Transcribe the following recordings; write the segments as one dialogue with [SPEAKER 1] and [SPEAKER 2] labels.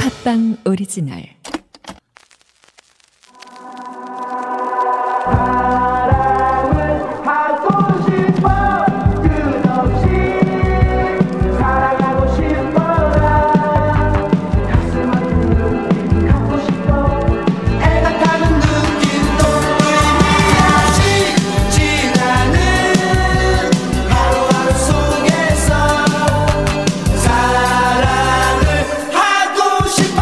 [SPEAKER 1] 팟빵 오리지널
[SPEAKER 2] 사랑을 받고 싶어 끝없이 사랑하고 싶어라 가슴 아픈 눈빛 갖고 싶어 애틋하는 눈빛도 의미없이 지나는 하루하루 속에서 사랑을 하고 싶어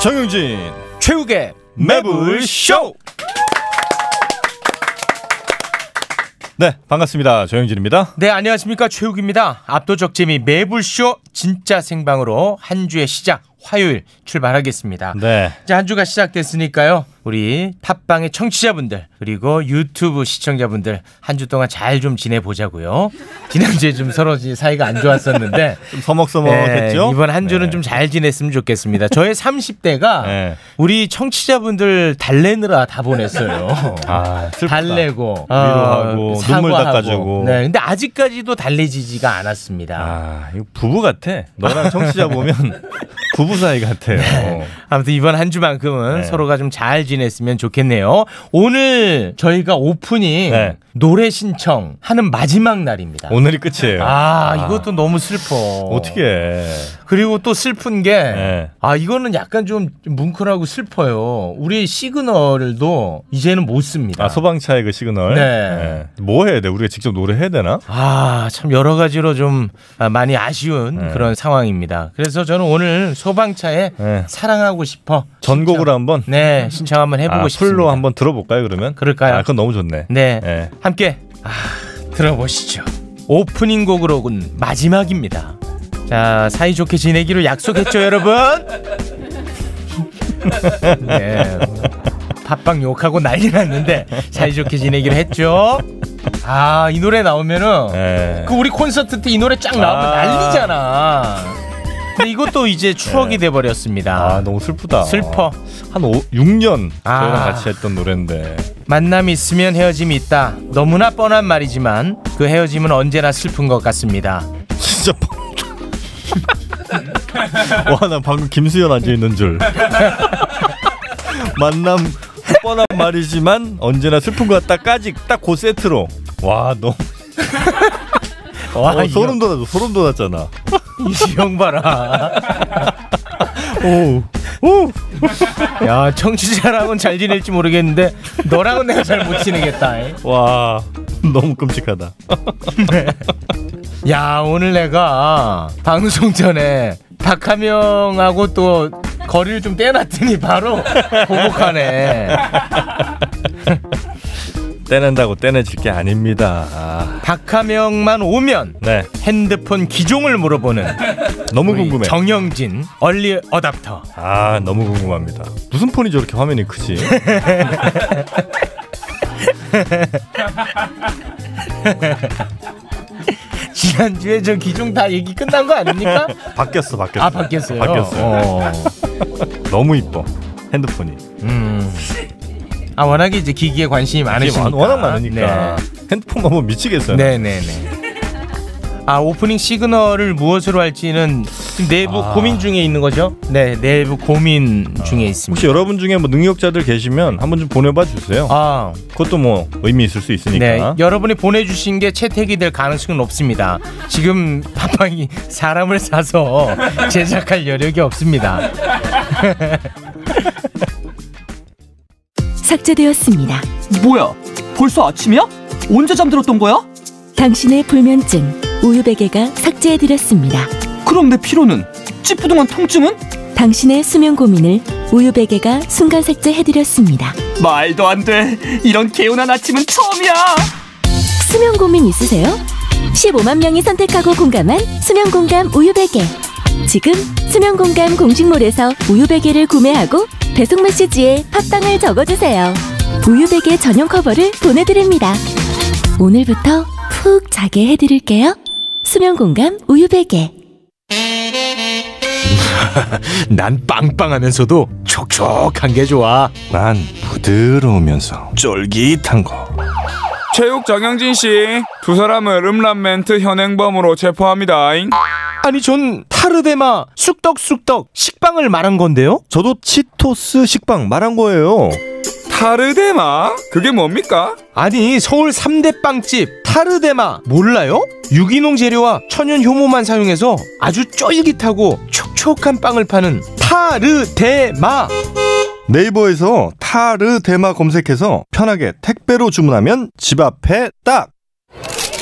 [SPEAKER 3] 정용진
[SPEAKER 4] 최욱의
[SPEAKER 3] 매불쇼 네 반갑습니다 정용진입니다
[SPEAKER 4] 네 안녕하십니까 최욱입니다 압도적 재미 매불쇼 진짜 생방으로 한 주의 시작 화요일 출발하겠습니다
[SPEAKER 3] 네
[SPEAKER 4] 이제 한 주가 시작됐으니까요 우리 팟빵의 청취자분들 그리고 유튜브 시청자분들 한 주 동안 잘 좀 지내보자고요 지난주에 좀 서로 이제 사이가 안 좋았었는데
[SPEAKER 3] 좀 서먹서먹했죠
[SPEAKER 4] 네, 이번 한 주는
[SPEAKER 3] 네.
[SPEAKER 4] 좀 잘 지냈으면 좋겠습니다. 저의 30대가
[SPEAKER 3] 네.
[SPEAKER 4] 우리 청취자분들 달래느라 다 보냈어요.
[SPEAKER 3] 아, 슬프다.
[SPEAKER 4] 달래고
[SPEAKER 3] 위로하고,
[SPEAKER 4] 아,
[SPEAKER 3] 눈물
[SPEAKER 4] 사과하고.
[SPEAKER 3] 닦아주고.
[SPEAKER 4] 네, 근데 아직까지도 달래지지가 않았습니다.
[SPEAKER 3] 아 이거 부부 같아 너랑 청취자 보면 부부 사이 같아요
[SPEAKER 4] 네. 아무튼 이번 한 주만큼은
[SPEAKER 3] 네.
[SPEAKER 4] 서로가 좀 잘 지냈으면 좋겠네요. 오늘 저희가 오프닝
[SPEAKER 3] 네.
[SPEAKER 4] 노래 신청 하는 마지막 날입니다.
[SPEAKER 3] 오늘이 끝이에요
[SPEAKER 4] 아, 이것도 너무 슬퍼.
[SPEAKER 3] 어떻게
[SPEAKER 4] 그리고 또 슬픈 게,
[SPEAKER 3] 네.
[SPEAKER 4] 아, 이거는 약간 좀 뭉클하고 슬퍼요. 우리의 시그널도 이제는 못 씁니다.
[SPEAKER 3] 아 소방차의 그 시그널
[SPEAKER 4] 네.
[SPEAKER 3] 네. 뭐 해야 돼 우리가 직접 노래 해야 되나
[SPEAKER 4] 아, 참 여러 가지로 좀 아, 많이 아쉬운 그런 상황입니다. 그래서 저는 오늘 소방차에
[SPEAKER 3] 네.
[SPEAKER 4] 사랑하고 싶어.
[SPEAKER 3] 전곡으로
[SPEAKER 4] 신청-
[SPEAKER 3] 한번
[SPEAKER 4] 네, 신청 한번 해보고
[SPEAKER 3] 아,
[SPEAKER 4] 싶습니다.
[SPEAKER 3] 풀로 한번 들어볼까요 그러면
[SPEAKER 4] 그럴까요?
[SPEAKER 3] 아 그건 너무 좋네
[SPEAKER 4] 네.
[SPEAKER 3] 네.
[SPEAKER 4] 함께 아, 들어보시죠. 오프닝 곡으로군 마지막입니다. 자, 사이좋게 지내기로 약속했죠, 여러분? 네. 팟빵 욕하고 난리 났는데 사이좋게 지내기로 했죠. 아, 이 노래 나오면은
[SPEAKER 3] 네.
[SPEAKER 4] 그 우리 콘서트 때 이 노래 쫙 나오면
[SPEAKER 3] 아.
[SPEAKER 4] 난리잖아. 근데 이것도 이제 추억이 돼 버렸습니다.
[SPEAKER 3] 예. 아 너무 슬프다.
[SPEAKER 4] 슬퍼.
[SPEAKER 3] 한 5, 6년
[SPEAKER 4] 아.
[SPEAKER 3] 저희랑 같이 했던 노래인데
[SPEAKER 4] 만남 있으면 헤어짐이 있다. 너무나 뻔한 말이지만 그 헤어짐은 언제나 슬픈 것 같습니다.
[SPEAKER 3] 진짜 와나 방금 김수현 앉아 있는 줄. 만남 뻔한 말이지만 언제나 슬픈 것 같다까지 딱 그 세트로 와 너무
[SPEAKER 4] 와,
[SPEAKER 3] 어,
[SPEAKER 4] 아, 이
[SPEAKER 3] 소름 돋았어 소름 돋았잖아.
[SPEAKER 4] 이시영 봐라.
[SPEAKER 3] 오. 오.
[SPEAKER 4] 야, 청취자랑은 잘 지낼지 모르겠는데 너랑은 내가 잘 못 지내겠다.
[SPEAKER 3] 와 너무 끔찍하다.
[SPEAKER 4] 야, 오늘 내가 방송 전에 박하명하고 또 거리를 좀 떼놨더니 바로 보복하네.
[SPEAKER 3] 떼낸다고 떼내질 게 아닙니다. 아,
[SPEAKER 4] 박하명만 오면
[SPEAKER 3] 네
[SPEAKER 4] 핸드폰 기종을 물어보는
[SPEAKER 3] 너무
[SPEAKER 4] 우리
[SPEAKER 3] 궁금해.
[SPEAKER 4] 정영진 얼리 어답터.
[SPEAKER 3] 아 너무 궁금합니다. 무슨 폰이 저렇게 화면이 크지?
[SPEAKER 4] 지난주에 저 기종 다 얘기 끝난 거 아닙니까?
[SPEAKER 3] 바뀌었어 바뀌었어.
[SPEAKER 4] 아 바뀌었어요.
[SPEAKER 3] 바뀌었어요.
[SPEAKER 4] 어.
[SPEAKER 3] 너무 이뻐 핸드폰이
[SPEAKER 4] 음. 아 워낙에 이제 기기에 관심이 많으시니까
[SPEAKER 3] 지금 워낙 많으니까 핸드폰만 보면 미치겠어요
[SPEAKER 4] 네. 네네아 오프닝 시그널을 무엇으로 할지는 지금 내부
[SPEAKER 3] 아.
[SPEAKER 4] 고민 중에 있는 거죠? 네 내부 고민 중에 있습니다.
[SPEAKER 3] 혹시 여러분 중에 뭐 능력자들 계시면 한번 좀 보내봐 주세요
[SPEAKER 4] 아,
[SPEAKER 3] 그것도 뭐 의미 있을 수 있으니까
[SPEAKER 4] 네. 여러분이 보내주신 게 채택이 될 가능성은 없습니다. 지금 팟빵이 사람을 사서 제작할 여력이 없습니다.
[SPEAKER 1] 삭제되었습니다.
[SPEAKER 5] 뭐야? 벌써 아침이야? 언제 잠들었던 거야?
[SPEAKER 1] 당신의 불면증 우유베개가 삭제해드렸습니다.
[SPEAKER 5] 그럼 내 피로는? 찌뿌둥한 통증은?
[SPEAKER 1] 당신의 수면 고민을 우유베개가 순간 삭제해드렸습니다.
[SPEAKER 5] 말도 안 돼. 이런 개운한 아침은 처음이야.
[SPEAKER 1] 수면 고민 있으세요? 15만 명이 선택하고 공감한 수면 공감 우유베개. 지금 수면 공감 공식몰에서 우유베개를 구매하고 배송 메시지에 팟빵을 적어주세요. 우유베개 전용 커버를 보내드립니다. 오늘부터 푹 자게 해드릴게요. 수면 공감 우유베개.
[SPEAKER 4] 난 빵빵하면서도 촉촉한 게 좋아.
[SPEAKER 3] 난 부드러우면서 쫄깃한 거
[SPEAKER 6] 체육 정영진 씨 두 사람을 음란멘트 현행범으로 체포합니다.
[SPEAKER 4] 아니 전 타르데마 쑥떡쑥떡 식빵을 말한 건데요.
[SPEAKER 3] 저도 치토스 식빵 말한 거예요.
[SPEAKER 6] 타르데마 그게 뭡니까?
[SPEAKER 4] 아니 서울 삼대 빵집 타르데마 몰라요? 유기농 재료와 천연 효모만 사용해서 아주 쫄깃하고 촉촉한 빵을 파는 타르데마
[SPEAKER 3] 네이버에서 타르데마 검색해서 편하게 택배로 주문하면 집 앞에 딱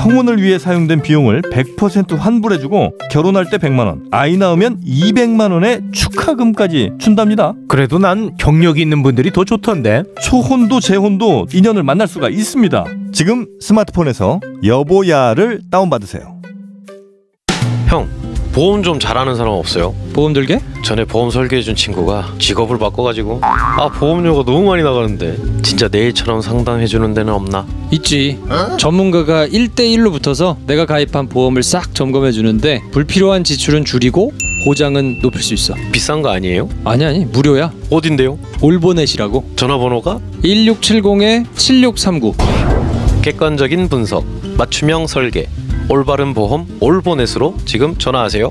[SPEAKER 3] 성혼을 위해 사용된 비용을 100% 환불해주고 결혼할 때 100만 원, 아이 낳으면 200만 원의 축하금까지 준답니다.
[SPEAKER 4] 그래도 난 경력이 있는 분들이 더 좋던데
[SPEAKER 3] 초혼도 재혼도 인연을 만날 수가 있습니다. 지금 스마트폰에서 여보야를 다운받으세요.
[SPEAKER 7] 형 보험 좀 잘하는 사람 없어요?
[SPEAKER 8] 보험 들게?
[SPEAKER 7] 전에 보험 설계해준 친구가 직업을 바꿔가지고 아 보험료가 너무 많이 나가는데 진짜 내일처럼 상담해주는 데는 없나?
[SPEAKER 8] 있지. 전문가가 1대1로 붙어서 내가 가입한 보험을 싹 점검해 주는데 불필요한 지출은 줄이고 보장은 높일 수 있어.
[SPEAKER 7] 비싼 거 아니에요?
[SPEAKER 8] 아니 아니 무료야.
[SPEAKER 7] 어딘데요?
[SPEAKER 8] 올보넷이라고.
[SPEAKER 7] 전화번호가
[SPEAKER 8] 1670-7639.
[SPEAKER 7] 객관적인 분석 맞춤형 설계 올바른 보험 올보넷으로 지금 전화하세요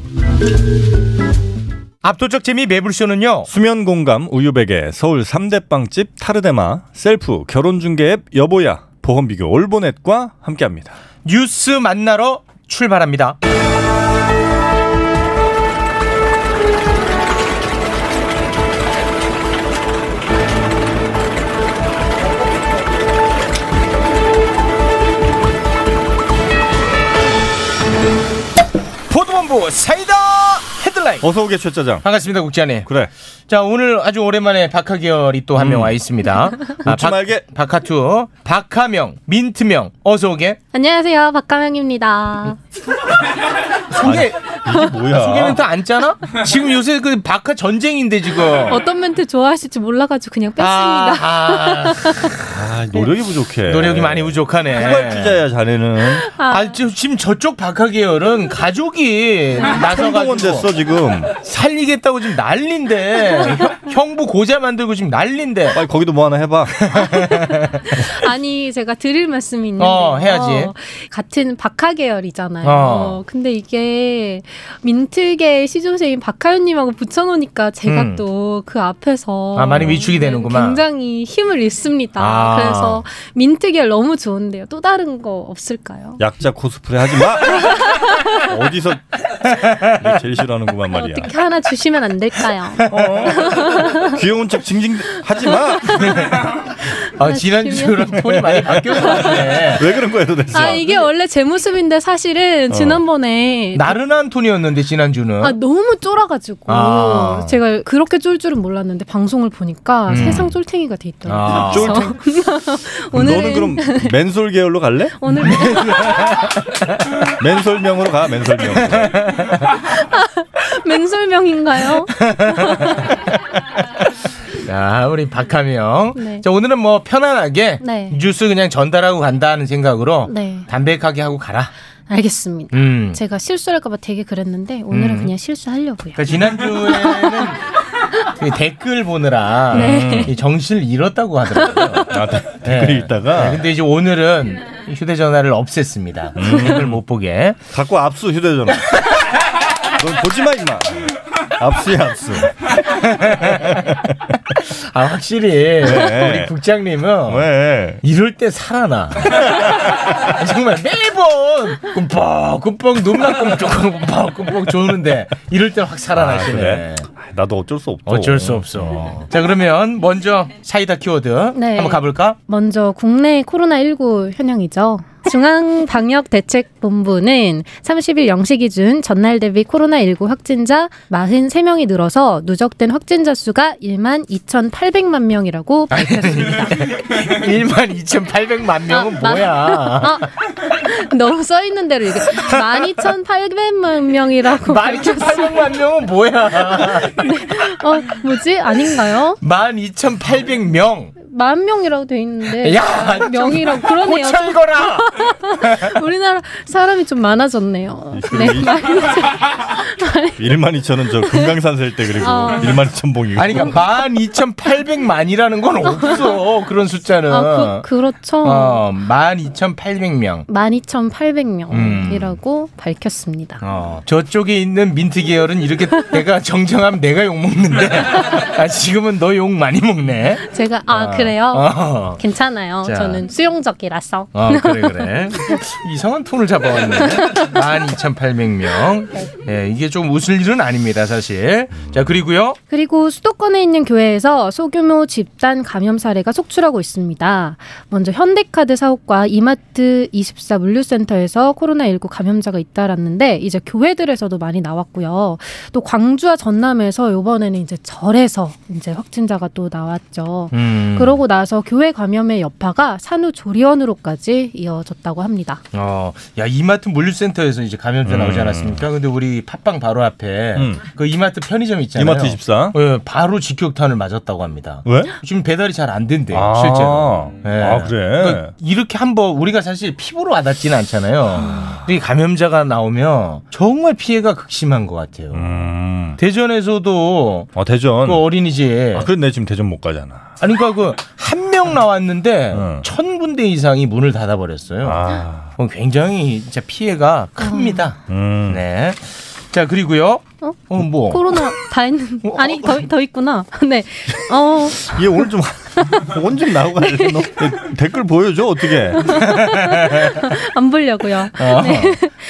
[SPEAKER 4] 압도적 재미 매불쇼는요
[SPEAKER 3] 수면 공감 우유베개 서울 3대 빵집 타르데마 셀프 결혼 중개 앱 여보야 보험 비교 올보넷과 함께합니다.
[SPEAKER 4] 뉴스 만나러 출발합니다 보도본부 사이다 헤드라인
[SPEAKER 3] 어서 오게 최짜장.
[SPEAKER 4] 반갑습니다 국장님
[SPEAKER 3] 그래.
[SPEAKER 4] 자 오늘 아주 오랜만에 박하계열이 또 한 명 와 있습니다. 아,
[SPEAKER 3] 웃지 말게.
[SPEAKER 4] 박하투, 박하명, 민트명 어서 오게.
[SPEAKER 9] 안녕하세요, 박가명입니다.
[SPEAKER 4] 소개
[SPEAKER 3] 이게 뭐야?
[SPEAKER 4] 소개는 또 안 짜나? 지금 요새 그 박하 전쟁인데 지금.
[SPEAKER 9] 어떤 멘트 좋아하실지 몰라가지고 그냥
[SPEAKER 4] 아,
[SPEAKER 9] 뺐습니다.
[SPEAKER 4] 아,
[SPEAKER 3] 아, 노력이 부족해. 그
[SPEAKER 4] 노력이 많이 부족하네.
[SPEAKER 3] 후발주자야 자네는.
[SPEAKER 4] 아, 지- 지금 저쪽 박하계열은 가족이
[SPEAKER 3] 성공원 됐어
[SPEAKER 4] 나서가지고
[SPEAKER 3] 지금.
[SPEAKER 4] 살리겠다고 지금 난린데 형부 고자 만들고 지금 난린데
[SPEAKER 3] 빨리 거기도 뭐 하나 해봐.
[SPEAKER 9] 아. 니 제가 드릴 말씀이 있는데.
[SPEAKER 4] 어, 해야지.
[SPEAKER 9] 어, 같은 박하 계열이잖아요.
[SPEAKER 4] 어.
[SPEAKER 9] 어, 근데 이게 민트계 시조세인 박하연님하고 붙여놓으니까 제가
[SPEAKER 4] 음.
[SPEAKER 9] 또 그 앞에서. 음,
[SPEAKER 4] 아, 많이 위축이 되는구만.
[SPEAKER 9] 굉장히 힘을 잃습니다.
[SPEAKER 4] 아.
[SPEAKER 9] 그래서 민트계 너무 좋은데요. 또 다른 거 없을까요?
[SPEAKER 3] 약자 코스프레 하지 마. 어디서 이게 제일 싫어하는구만 말이야.
[SPEAKER 9] 어떻게 하나 주시면 안 될까요?
[SPEAKER 4] 어,
[SPEAKER 3] 귀여운 척 징징 하지 마.
[SPEAKER 4] 아, 지난주랑 톤이 많이 바뀌었네. 것
[SPEAKER 3] 왜 그런 거야 도대체?
[SPEAKER 9] 아, 이게 원래 제 모습인데 사실은 지난번에
[SPEAKER 4] 어. 나른한 톤이었는데 지난주는.
[SPEAKER 9] 아 너무 쫄아가지고
[SPEAKER 4] 아.
[SPEAKER 9] 제가 그렇게 쫄 줄은 몰랐는데 방송을 보니까
[SPEAKER 4] 음.
[SPEAKER 9] 세상 쫄탱이가 돼 있더라고요.
[SPEAKER 4] 아.
[SPEAKER 9] 그래서
[SPEAKER 3] 너는
[SPEAKER 9] 어, 오늘은
[SPEAKER 3] 그럼 맨솔 계열로 갈래?
[SPEAKER 9] 오늘
[SPEAKER 3] 맨솔명으로 가. 맨솔명.
[SPEAKER 9] 맨설명인가요?
[SPEAKER 4] 자, 우리 박하명.
[SPEAKER 9] 네.
[SPEAKER 4] 자, 오늘은 뭐 편안하게
[SPEAKER 9] 네.
[SPEAKER 4] 뉴스 그냥 전달하고 간다는 생각으로
[SPEAKER 9] 네
[SPEAKER 4] 담백하게 하고 가라.
[SPEAKER 9] 알겠습니다.
[SPEAKER 4] 음.
[SPEAKER 9] 제가 실수할까봐 되게 그랬는데 오늘은
[SPEAKER 4] 음.
[SPEAKER 9] 그냥 실수하려고요.
[SPEAKER 4] 그러니까 지난주에는 이 댓글 보느라
[SPEAKER 9] 네.
[SPEAKER 4] 이 정신을 잃었다고 하더라고요.
[SPEAKER 3] 아, 데- 댓글
[SPEAKER 4] 네.
[SPEAKER 3] 읽다가
[SPEAKER 4] 네, 근데 이제 오늘은 휴대전화를 없앴습니다. 음. 댓글 못 보게.
[SPEAKER 3] 갖고 압수 휴대전화. 넌 보지 마 임마. 압수야 압수.
[SPEAKER 4] 아, 확실히
[SPEAKER 3] 네.
[SPEAKER 4] 우리 국장님은
[SPEAKER 3] 왜?
[SPEAKER 4] 이럴 때 살아나. 정말 매번 꿈뻑 꿈뻑 눈만 꿈쩍 꿈뻑 꿈뻑 조는데 이럴 때 확 살아나시네.
[SPEAKER 3] 그래? 나도 어쩔 수 없어.
[SPEAKER 4] 어쩔 수 없어. 자 그러면 먼저 사이다 키워드
[SPEAKER 9] 네.
[SPEAKER 4] 한번 가볼까?
[SPEAKER 9] 먼저 국내 코로나19 현황이죠. 중앙방역대책본부는 30일 0시 기준 전날 대비 코로나19 확진자 43명이 늘어서 누적된 확진자 수가 1만 2,800만 명이라고
[SPEAKER 4] 1만 2,800만 명은
[SPEAKER 9] 아,
[SPEAKER 4] 뭐야?
[SPEAKER 9] 아, 너무 써 있는 대로 이게 12,800만 명이라고 밝혔어요.
[SPEAKER 4] 12,800만 명은 뭐야?
[SPEAKER 9] 어, 뭐지? 아닌가요?
[SPEAKER 4] 12,800명.
[SPEAKER 9] 만 명이라고 돼 있는데
[SPEAKER 4] 야, 좀
[SPEAKER 9] 명이라고 그러네요.
[SPEAKER 4] 고쳐 읽어라.
[SPEAKER 9] 우리나라 사람이 좀 많아졌네요. 네,
[SPEAKER 3] 일 1만 2천 원저 금강산 셀 때 그리고
[SPEAKER 9] 어.
[SPEAKER 3] 1만 2천 봉이고
[SPEAKER 4] 아니 그러니까 12,800만이라는 건 없어. 그런 숫자는.
[SPEAKER 9] 아, 그, 그렇죠.
[SPEAKER 4] 어, 12,800명.
[SPEAKER 9] 12,800명이라고
[SPEAKER 4] 음.
[SPEAKER 9] 밝혔습니다.
[SPEAKER 4] 어, 저쪽에 있는 민트 계열은 이렇게 내가 정정하면 내가 욕 먹는데 아, 지금은 너 욕 많이 먹네.
[SPEAKER 9] 제가 아,
[SPEAKER 4] 아,
[SPEAKER 9] 그래요?
[SPEAKER 4] 어.
[SPEAKER 9] 괜찮아요.
[SPEAKER 4] 자.
[SPEAKER 9] 저는 수용적이라서.
[SPEAKER 4] 어, 그래 그래. 이상한 톤을 잡아왔네. 12,800명. 예, 이게 좀 웃을 일은 아닙니다, 사실. 자, 그리고요.
[SPEAKER 9] 그리고 수도권에 있는 교회에서 소규모 집단 감염 사례가 속출하고 있습니다. 먼저 현대카드 사옥과 이마트 24 물류센터에서 코로나19 감염자가 잇따랐는데 이제 교회들에서도 많이 나왔고요. 또 광주와 전남에서 이번에는 이제 절에서 이제 확진자가 또 나왔죠.
[SPEAKER 4] 음.
[SPEAKER 9] 그러고 나서 교회 감염의 여파가 산후조리원으로까지 이어졌다고 합니다.
[SPEAKER 4] 어, 야 이마트 물류센터에서 이제 감염자 나오지 않았습니까? 근데 우리 팟빵 바로 앞에
[SPEAKER 3] 음.
[SPEAKER 4] 그 이마트 편의점 있잖아요.
[SPEAKER 3] 이마트 24.
[SPEAKER 4] 예, 바로 직격탄을 맞았다고 합니다.
[SPEAKER 3] 왜?
[SPEAKER 4] 지금 배달이 잘 안 된대요,
[SPEAKER 3] 아.
[SPEAKER 4] 실제로. 예.
[SPEAKER 3] 아, 그래?
[SPEAKER 4] 그러니까 이렇게 한번 우리가 사실 피부로 와닿지는 않잖아요. 이 감염자가 나오면 정말 피해가 극심한 것 같아요.
[SPEAKER 3] 음.
[SPEAKER 4] 대전에서도
[SPEAKER 3] 아 대전.
[SPEAKER 4] 그 어린이집
[SPEAKER 3] 아, 그런데 지금 대전 못 가잖아.
[SPEAKER 4] 아니 그러니까 그한 명 나왔는데
[SPEAKER 3] 응.
[SPEAKER 4] 천 군데 이상이 문을 닫아버렸어요.
[SPEAKER 3] 아.
[SPEAKER 4] 어, 굉장히 진짜 피해가 큽니다.
[SPEAKER 3] 음.
[SPEAKER 4] 네. 자 그리고요.
[SPEAKER 9] 어?
[SPEAKER 4] 어, 뭐?
[SPEAKER 9] 코로나 다 했는데 아니 더, 더 있구나. 네. 어.
[SPEAKER 3] 얘 오늘 좀 온좀 나오고 가야 돼. 너 댓글 보여줘 어떻게?
[SPEAKER 9] 안 보려고요.
[SPEAKER 4] 어,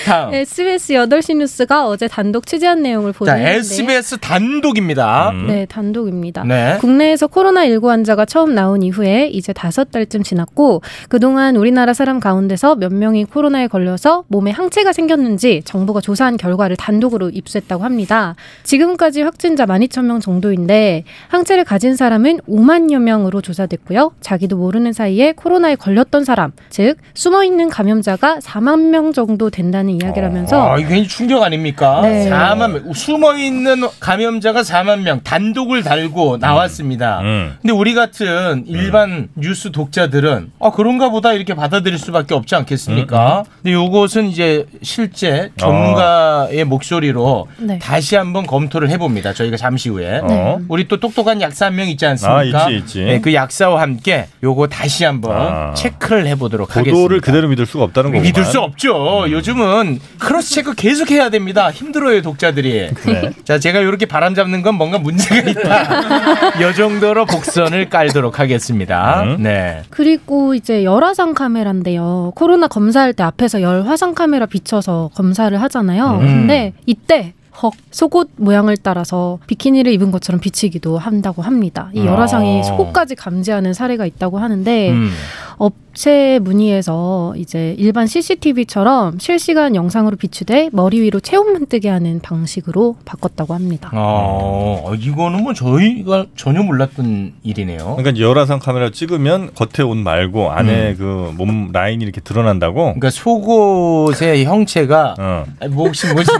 [SPEAKER 4] 다음.
[SPEAKER 9] 네. SBS 8시 뉴스가 어제 단독 취재한 내용을
[SPEAKER 4] 자
[SPEAKER 9] 보도했는데
[SPEAKER 4] SBS 단독입니다.
[SPEAKER 3] 음.
[SPEAKER 9] 네, 단독입니다.
[SPEAKER 4] 네.
[SPEAKER 9] 국내에서 코로나19 환자가 처음 나온 이후에 이제 다섯 달쯤 지났고 그동안 우리나라 사람 가운데서 몇 명이 코로나에 걸려서 몸에 항체가 생겼는지 정부가 조사한 결과를 단독으로 입수했다고 합니다. 지금까지 확진자 12,000명 정도인데 항체를 가진 사람은 5만여 명으로 조사됐고요. 자기도 모르는 사이에 코로나에 걸렸던 사람, 즉 숨어 있는 감염자가 4만 명 정도 된다는 이야기를 하면서
[SPEAKER 4] 아, 이거 굉장히 충격 아닙니까?
[SPEAKER 9] 네.
[SPEAKER 4] 4만 명. 숨어 있는 감염자가 4만 명 단독을 달고 나왔습니다.
[SPEAKER 3] 음.
[SPEAKER 4] 근데 우리 같은 일반 뉴스 독자들은 아 그런가 보다 이렇게 받아들일 수밖에 없지
[SPEAKER 3] 음,
[SPEAKER 4] 않겠습니까? 근데 요것은 이제 실제
[SPEAKER 3] 어.
[SPEAKER 4] 전문가의 목소리로
[SPEAKER 9] 네.
[SPEAKER 4] 다시 한번 검토를 해봅니다. 저희가 잠시 후에.
[SPEAKER 3] 어.
[SPEAKER 4] 우리 또 똑똑한 약사 한 명 있지 않습니까?
[SPEAKER 3] 아, 있지, 있지.
[SPEAKER 4] 네, 그 약사와 함께 요거 다시 한번
[SPEAKER 3] 아.
[SPEAKER 4] 체크를 해보도록
[SPEAKER 3] 보도를
[SPEAKER 4] 하겠습니다.
[SPEAKER 3] 그대로 믿을 수가 없다는 거구만.
[SPEAKER 4] 믿을 수 없죠. 요즘은 크로스 체크 계속 해야 됩니다. 힘들어요 독자들이.
[SPEAKER 3] 그래.
[SPEAKER 4] 자 제가 이렇게 바람 잡는 건 뭔가 문제가 있다. 요 정도로 복선을 깔도록 하겠습니다.
[SPEAKER 3] 음.
[SPEAKER 4] 네.
[SPEAKER 9] 그리고 이제 열화상 카메라인데요. 코로나 검사할 때 앞에서 열화상 카메라 비춰서 검사를 하잖아요.
[SPEAKER 4] 음.
[SPEAKER 9] 근데 이때 헉 속옷 모양을 따라서 비키니를 입은 것처럼 비치기도 한다고 합니다. 이 열화상이
[SPEAKER 4] 어.
[SPEAKER 9] 속옷까지 감지하는 사례가 있다고
[SPEAKER 3] 네.
[SPEAKER 9] 하는데
[SPEAKER 4] 음.
[SPEAKER 9] 업체 문의에서 이제 일반 CCTV처럼 실시간 영상으로 비추되 머리 위로 체온만 뜨게 하는 방식으로 바꿨다고 합니다.
[SPEAKER 4] 어 이거는 뭐 저희가 전혀 몰랐던 일이네요.
[SPEAKER 3] 그러니까 열화상 카메라 찍으면 겉에 옷 말고 안에
[SPEAKER 4] 음.
[SPEAKER 3] 그 몸 라인이 이렇게 드러난다고.
[SPEAKER 4] 그러니까 속옷의 형체가
[SPEAKER 3] 어.
[SPEAKER 4] 아니, 뭐 혹시 뭐지?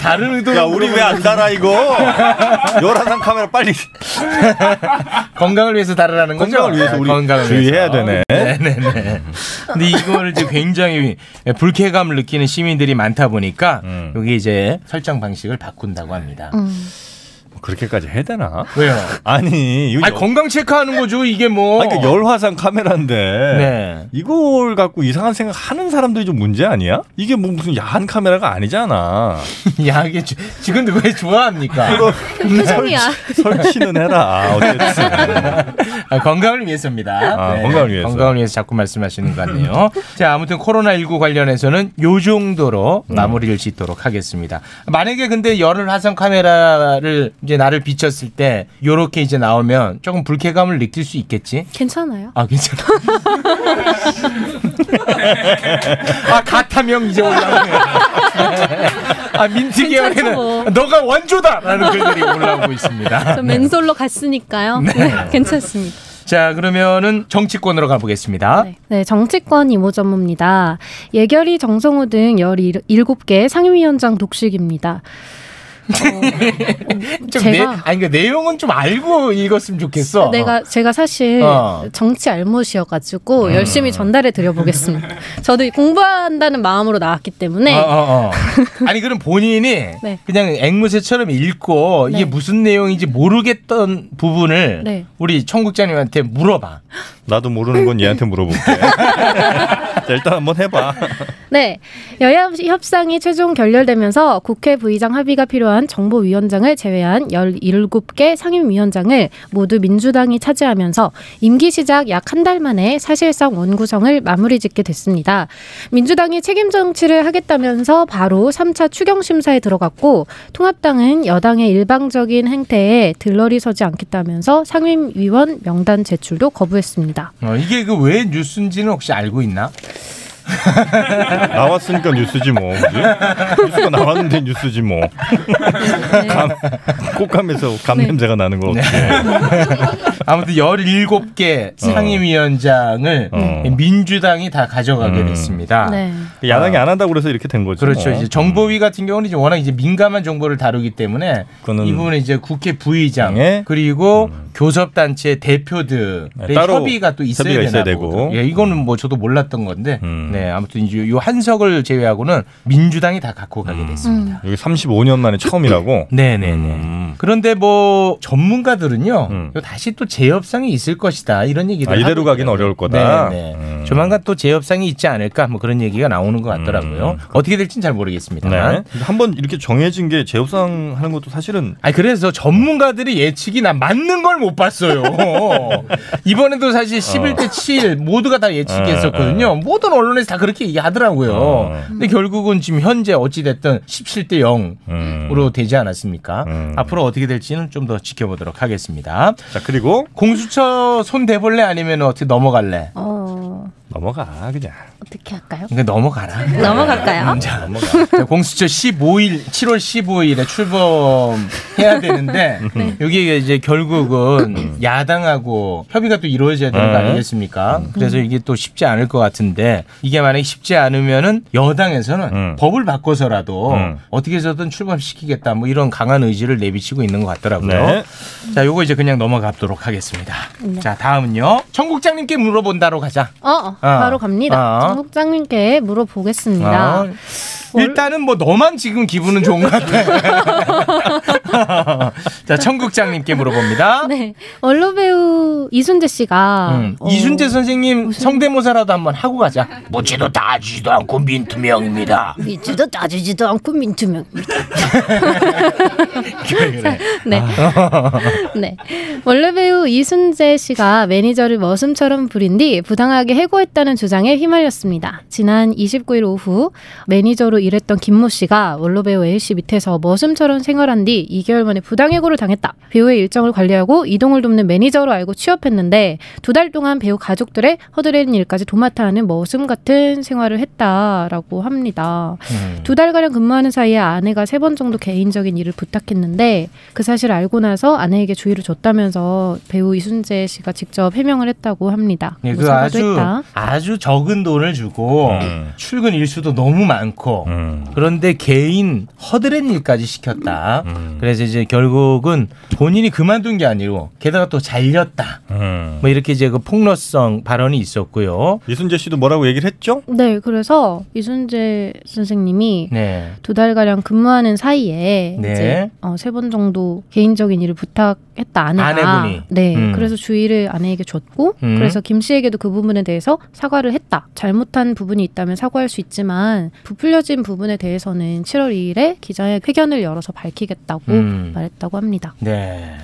[SPEAKER 4] 다른 의도로
[SPEAKER 3] 야 우리 왜 안 달아 이거? 열화상 카메라 빨리
[SPEAKER 4] 건강을 위해서 달으라는 거죠? 아,
[SPEAKER 3] 건강을 위해서 우리
[SPEAKER 4] 네, 건강을
[SPEAKER 3] 주의해야
[SPEAKER 4] 위해서.
[SPEAKER 3] 되네.
[SPEAKER 4] 네네네. 근데 이거를 이제 굉장히 불쾌감을 느끼는 시민들이 많다 보니까
[SPEAKER 3] 음.
[SPEAKER 4] 여기 이제 설정 방식을 바꾼다고 합니다.
[SPEAKER 9] 음.
[SPEAKER 3] 뭐 그렇게까지 해야 되나?
[SPEAKER 4] 왜요?
[SPEAKER 3] 아니 이거
[SPEAKER 4] 아니
[SPEAKER 3] 열-
[SPEAKER 4] 건강 체크하는 거죠 이게 뭐.
[SPEAKER 3] 아니, 그러니까 열화상 카메라인데.
[SPEAKER 4] 네.
[SPEAKER 3] 이걸 갖고 이상한 생각 하는 사람들이 좀 문제 아니야? 이게 뭐 무슨 야한 카메라가 아니잖아.
[SPEAKER 4] 야 이게 주- 지금 왜 좋아합니까?
[SPEAKER 9] 그 표정이야.
[SPEAKER 3] 설치는 해라. 어쨌든.
[SPEAKER 4] 아, 건강을 위해서입니다. 네.
[SPEAKER 3] 아, 건강을 위해서.
[SPEAKER 4] 건강을 위해서 자꾸 말씀하시는 것 같네요. 자, 아무튼 코로나19 관련해서는 요 정도로
[SPEAKER 3] 음.
[SPEAKER 4] 마무리를 짓도록 하겠습니다. 만약에 근데 열을 화상 카메라를 이제 나를 비쳤을 때 요렇게 이제 나오면 조금 불쾌감을 느낄 수 있겠지?
[SPEAKER 9] 괜찮아요?
[SPEAKER 4] 아, 괜찮아. 아, 가타명 이제 올라오네. 아, 민트
[SPEAKER 9] 괜찮죠, 뭐.
[SPEAKER 4] 계열에는 너가 원조다! 라는 글들이 올라오고 있습니다. 네.
[SPEAKER 9] 저 맨솔로 갔으니까요. 네, 괜찮습니다.
[SPEAKER 4] 자, 그러면은 정치권으로 가보겠습니다.
[SPEAKER 9] 네. 네, 정치권 이모 전무입니다. 예결위 정성호 등 17개 상임위원장 독식입니다.
[SPEAKER 4] 좀
[SPEAKER 9] 제가- 아,
[SPEAKER 4] 내, 아니 그러니까 내용은 좀 알고 읽었으면 좋겠어.
[SPEAKER 9] 내가 제가 사실
[SPEAKER 4] 어. 음.
[SPEAKER 9] 정치 알못이어가지고 열심히 전달해 드려보겠습니다. 저도 공부한다는 마음으로 나왔기 때문에
[SPEAKER 4] 어, 어, 어. 아니 그럼 본인이
[SPEAKER 9] 네.
[SPEAKER 4] 그냥 앵무새처럼 읽고 이게
[SPEAKER 9] 네.
[SPEAKER 4] 무슨 내용인지 모르겠던 부분을
[SPEAKER 9] 네.
[SPEAKER 4] 우리 청국장님한테 물어봐.
[SPEAKER 3] 나도 모르는 건 얘한테 물어볼게. 자, 일단 한번 해봐.
[SPEAKER 9] 네. 여야 협상이 최종 결렬되면서 국회 부의장 합의가 필요한 정보위원장을 제외한 17개 상임위원장을 모두 민주당이 차지하면서 임기 시작 약 한 달 만에 사실상 원구성을 마무리 짓게 됐습니다. 민주당이 책임 정치를 하겠다면서 바로 3차 추경 심사에 들어갔고 통합당은 여당의 일방적인 행태에 들러리 서지 않겠다면서 상임위원 명단 제출도 거부했습니다.
[SPEAKER 4] 어, 이게 그 왜 뉴스인지는 혹시 알고 있나?
[SPEAKER 3] 나왔으니까 뉴스지 뭐. 그지? 뉴스가 나왔는데 뉴스지 뭐.
[SPEAKER 9] 네.
[SPEAKER 3] 감, 콧감에서 감 냄새가 나는 걸
[SPEAKER 4] 네.
[SPEAKER 3] 어떻게
[SPEAKER 4] 아. 아무튼 17개 상임위원장을
[SPEAKER 3] 어. 음.
[SPEAKER 4] 민주당이 다 가져가게 됐습니다.
[SPEAKER 9] 네.
[SPEAKER 3] 야당이 안 한다고 그래서 이렇게 된 뭐. 거죠.
[SPEAKER 4] 그렇죠. 이제 정보위 같은 경우는 이제 워낙 이제 민감한 정보를 다루기 때문에
[SPEAKER 3] 그거는
[SPEAKER 4] 이 부분은 이제 국회 부의장
[SPEAKER 3] 예.
[SPEAKER 4] 그리고 교섭단체 대표들의
[SPEAKER 3] 네, 따로
[SPEAKER 4] 협의가 또 있어야,
[SPEAKER 3] 협의가 있어야
[SPEAKER 4] 되나
[SPEAKER 3] 되고.
[SPEAKER 4] 보거든요. 예, 이거는 뭐 저도 몰랐던 건데.
[SPEAKER 3] 음.
[SPEAKER 4] 네, 아무튼 이제 요 한석을 제외하고는 민주당이 다 갖고
[SPEAKER 3] 음.
[SPEAKER 4] 가게 됐습니다.
[SPEAKER 3] 여기 35년 만에 처음이라고.
[SPEAKER 4] 네, 네, 네.
[SPEAKER 3] 음.
[SPEAKER 4] 그런데 뭐 전문가들은요,
[SPEAKER 3] 음.
[SPEAKER 4] 이거 다시 또 재협상이 있을 것이다 이런 얘기를
[SPEAKER 3] 아, 이대로
[SPEAKER 4] 하거든요.
[SPEAKER 3] 가긴 어려울 거다.
[SPEAKER 4] 네, 네.
[SPEAKER 3] 음.
[SPEAKER 4] 조만간 또 재협상이 있지 않을까 뭐 그런 얘기가 나오는 것 같더라고요. 어떻게 될지는 잘 모르겠습니다만.
[SPEAKER 3] 음. 네. 근데 한번 이렇게 정해진 게 재협상 하는 것도 사실은
[SPEAKER 4] 아니 그래서 전문가들이 예측이 나 맞는 걸 못 봤어요. 이번에도 사실
[SPEAKER 3] 어.
[SPEAKER 4] 11대 7 모두가 다 예측했었거든요. 모든 언론에서 다 그렇게 얘기하더라고요.
[SPEAKER 3] 네, 어.
[SPEAKER 4] 근데 결국은 지금 현재 어찌 됐든 17대 0으로
[SPEAKER 3] 음.
[SPEAKER 4] 되지 않았습니까?
[SPEAKER 3] 음.
[SPEAKER 4] 앞으로 어떻게 될지는 좀 더 지켜보도록 하겠습니다.
[SPEAKER 3] 자 그리고
[SPEAKER 4] 공수처 손 대볼래 아니면 어떻게 넘어갈래?
[SPEAKER 9] 어,
[SPEAKER 3] 넘어가 그냥
[SPEAKER 9] 어떻게 할까요?
[SPEAKER 4] 그러 그러니까 넘어가라.
[SPEAKER 9] 넘어갈까요?
[SPEAKER 4] 자, 자, 공수처 15일, 7월 15일에 출범해야 되는데
[SPEAKER 9] 네.
[SPEAKER 4] 여기 이제 결국은 야당하고 협의가 또 이루어져야 되는 거
[SPEAKER 3] 네.
[SPEAKER 4] 아니겠습니까? 그래서 이게 또 쉽지 않을 것 같은데 이게 만약에 쉽지 않으면은 여당에서는
[SPEAKER 3] 음.
[SPEAKER 4] 법을 바꿔서라도
[SPEAKER 3] 음.
[SPEAKER 4] 어떻게 해서든 출범시키겠다 뭐 이런 강한 의지를 내비치고 있는 것 같더라고요.
[SPEAKER 3] 네.
[SPEAKER 4] 자, 요거 이제 그냥 넘어가도록 하겠습니다.
[SPEAKER 9] 네.
[SPEAKER 4] 자, 다음은요. 청국장님께 물어본다로 가자.
[SPEAKER 9] 어, 어, 바로
[SPEAKER 4] 어.
[SPEAKER 9] 갑니다. 정국장님께 물어보겠습니다.
[SPEAKER 4] 어. 일단은 뭐 너만 지금 기분은 좋은 것 같아. 자, 청국장님께 물어봅니다.
[SPEAKER 9] 네, 원로 배우 이순재 씨가
[SPEAKER 4] 음,
[SPEAKER 9] 어,
[SPEAKER 4] 이순재 선생님 성대모사라도 한번 하고 가자. 묻지도 따지지도 않고 민투명입니다.
[SPEAKER 9] 믿지도 따지지도 않고 민투명.
[SPEAKER 4] 그래.
[SPEAKER 9] 네, 네, 원로 배우 이순재 씨가 매니저를 머슴처럼 부린 뒤 부당하게 해고했다는 주장에 휘말렸습니다. 지난 29일 오후 매니저로 일했던 김모 씨가 원로 배우 A 씨 밑에서 머슴처럼 생활한 뒤 2개월 만에 부당해고를 당했다. 배우의 일정을 관리하고 이동을 돕는 매니저로 알고 취업했는데 두 달 동안 배우 가족들의 허드렛 일까지 도맡아 하는 머슴 같은 생활을 했다라고 합니다.
[SPEAKER 4] 음.
[SPEAKER 9] 두 달가량 근무하는 사이에 아내가 세 번 정도 개인적인 일을 부탁했는데 그 사실을 알고 나서 아내에게 주의를 줬다면서 배우 이순재 씨가 직접 해명을 했다고 합니다.
[SPEAKER 4] 네, 그
[SPEAKER 9] 무사과도
[SPEAKER 4] 아주
[SPEAKER 9] 했다.
[SPEAKER 4] 아주 적은 돈을 주고
[SPEAKER 3] 음.
[SPEAKER 4] 출근 일수도 너무 많고
[SPEAKER 3] 음.
[SPEAKER 4] 그런데 개인 허드렛 일까지 시켰다.
[SPEAKER 3] 음.
[SPEAKER 4] 그래서 이제 결국은 본인이 그만둔 게 아니고 게다가 또 잘렸다.
[SPEAKER 3] 음.
[SPEAKER 4] 뭐 이렇게 이제 그 폭로성 발언이 있었고요.
[SPEAKER 3] 이순재 씨도 뭐라고 얘기를 했죠?
[SPEAKER 9] 네, 그래서 이순재 선생님이
[SPEAKER 4] 네.
[SPEAKER 9] 두 달가량 근무하는 사이에
[SPEAKER 4] 네.
[SPEAKER 9] 이제 어, 세 번 정도 개인적인 일을 부탁했다 아내가
[SPEAKER 4] 아내분이.
[SPEAKER 9] 네
[SPEAKER 4] 음.
[SPEAKER 9] 그래서 주의를 아내에게 줬고
[SPEAKER 4] 음.
[SPEAKER 9] 그래서 김 씨에게도 그 부분에 대해서 사과를 했다 잘못한 부분이 있다면 사과할 수 있지만 부풀려진 부분에 대해서는 7월 2일에 기자회 회견을 열어서 밝히겠다고
[SPEAKER 4] 음.
[SPEAKER 9] 말했다고 합니다.
[SPEAKER 4] 네.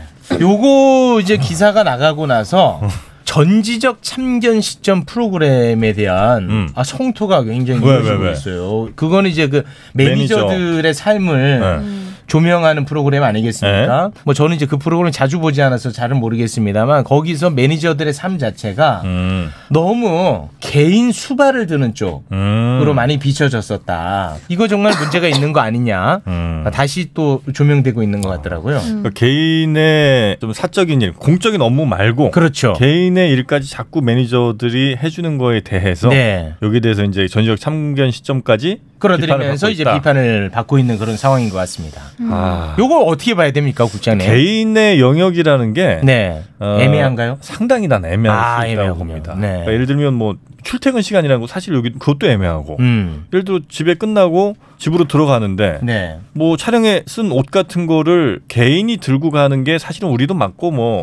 [SPEAKER 4] 요거 이제 기사가 나가고 나서 전지적 참견 시점 프로그램에 대한
[SPEAKER 3] 음.
[SPEAKER 4] 아, 성토가 굉장히
[SPEAKER 3] 왜,
[SPEAKER 4] 이어지고
[SPEAKER 3] 왜, 왜?
[SPEAKER 4] 있어요. 그건 이제 그
[SPEAKER 3] 매니저.
[SPEAKER 4] 매니저들의 삶을
[SPEAKER 3] 네.
[SPEAKER 4] 조명하는 프로그램 아니겠습니까? 뭐 저는 이제 그 프로그램 자주 보지 않아서 잘은 모르겠습니다만 거기서 매니저들의 삶 자체가
[SPEAKER 3] 음.
[SPEAKER 4] 너무 개인 수발을 드는 쪽.
[SPEAKER 3] 음.
[SPEAKER 4] 으로 많이 비춰졌었다. 이거 정말 문제가 있는 거 아니냐.
[SPEAKER 3] 음.
[SPEAKER 4] 다시 또 조명되고 있는 것 같더라고요.
[SPEAKER 3] 그러니까 개인의 좀 사적인 일, 공적인 업무 말고
[SPEAKER 4] 그렇죠.
[SPEAKER 3] 개인의 일까지 자꾸 매니저들이 해주는 거에 대해서
[SPEAKER 4] 네.
[SPEAKER 3] 여기에 대해서 이제 전지적 참견 시점까지
[SPEAKER 4] 끌어들이면서 이제
[SPEAKER 3] 비판을 받고 있다.
[SPEAKER 4] 비판을 받고 있는 그런 상황인 것 같습니다.
[SPEAKER 3] 아,
[SPEAKER 4] 요거 어떻게 봐야 됩니까,
[SPEAKER 3] 네.
[SPEAKER 4] 국장님?
[SPEAKER 3] 개인의 영역이라는 게
[SPEAKER 4] 네.
[SPEAKER 3] 어,
[SPEAKER 4] 애매한가요?
[SPEAKER 3] 상당히 난 애매할
[SPEAKER 4] 아,
[SPEAKER 3] 수 있다고
[SPEAKER 4] 애매하군요.
[SPEAKER 3] 봅니다.
[SPEAKER 4] 네.
[SPEAKER 3] 그러니까 예를 들면 뭐 출퇴근 시간이라는 거 사실 여기 그것도 애매하고
[SPEAKER 4] 음.
[SPEAKER 3] 예를 들어 집에 끝나고 집으로 들어가는데
[SPEAKER 4] 네.
[SPEAKER 3] 뭐 촬영에 쓴 옷 같은 거를 개인이 들고 가는 게 사실은 우리도 맞고 뭐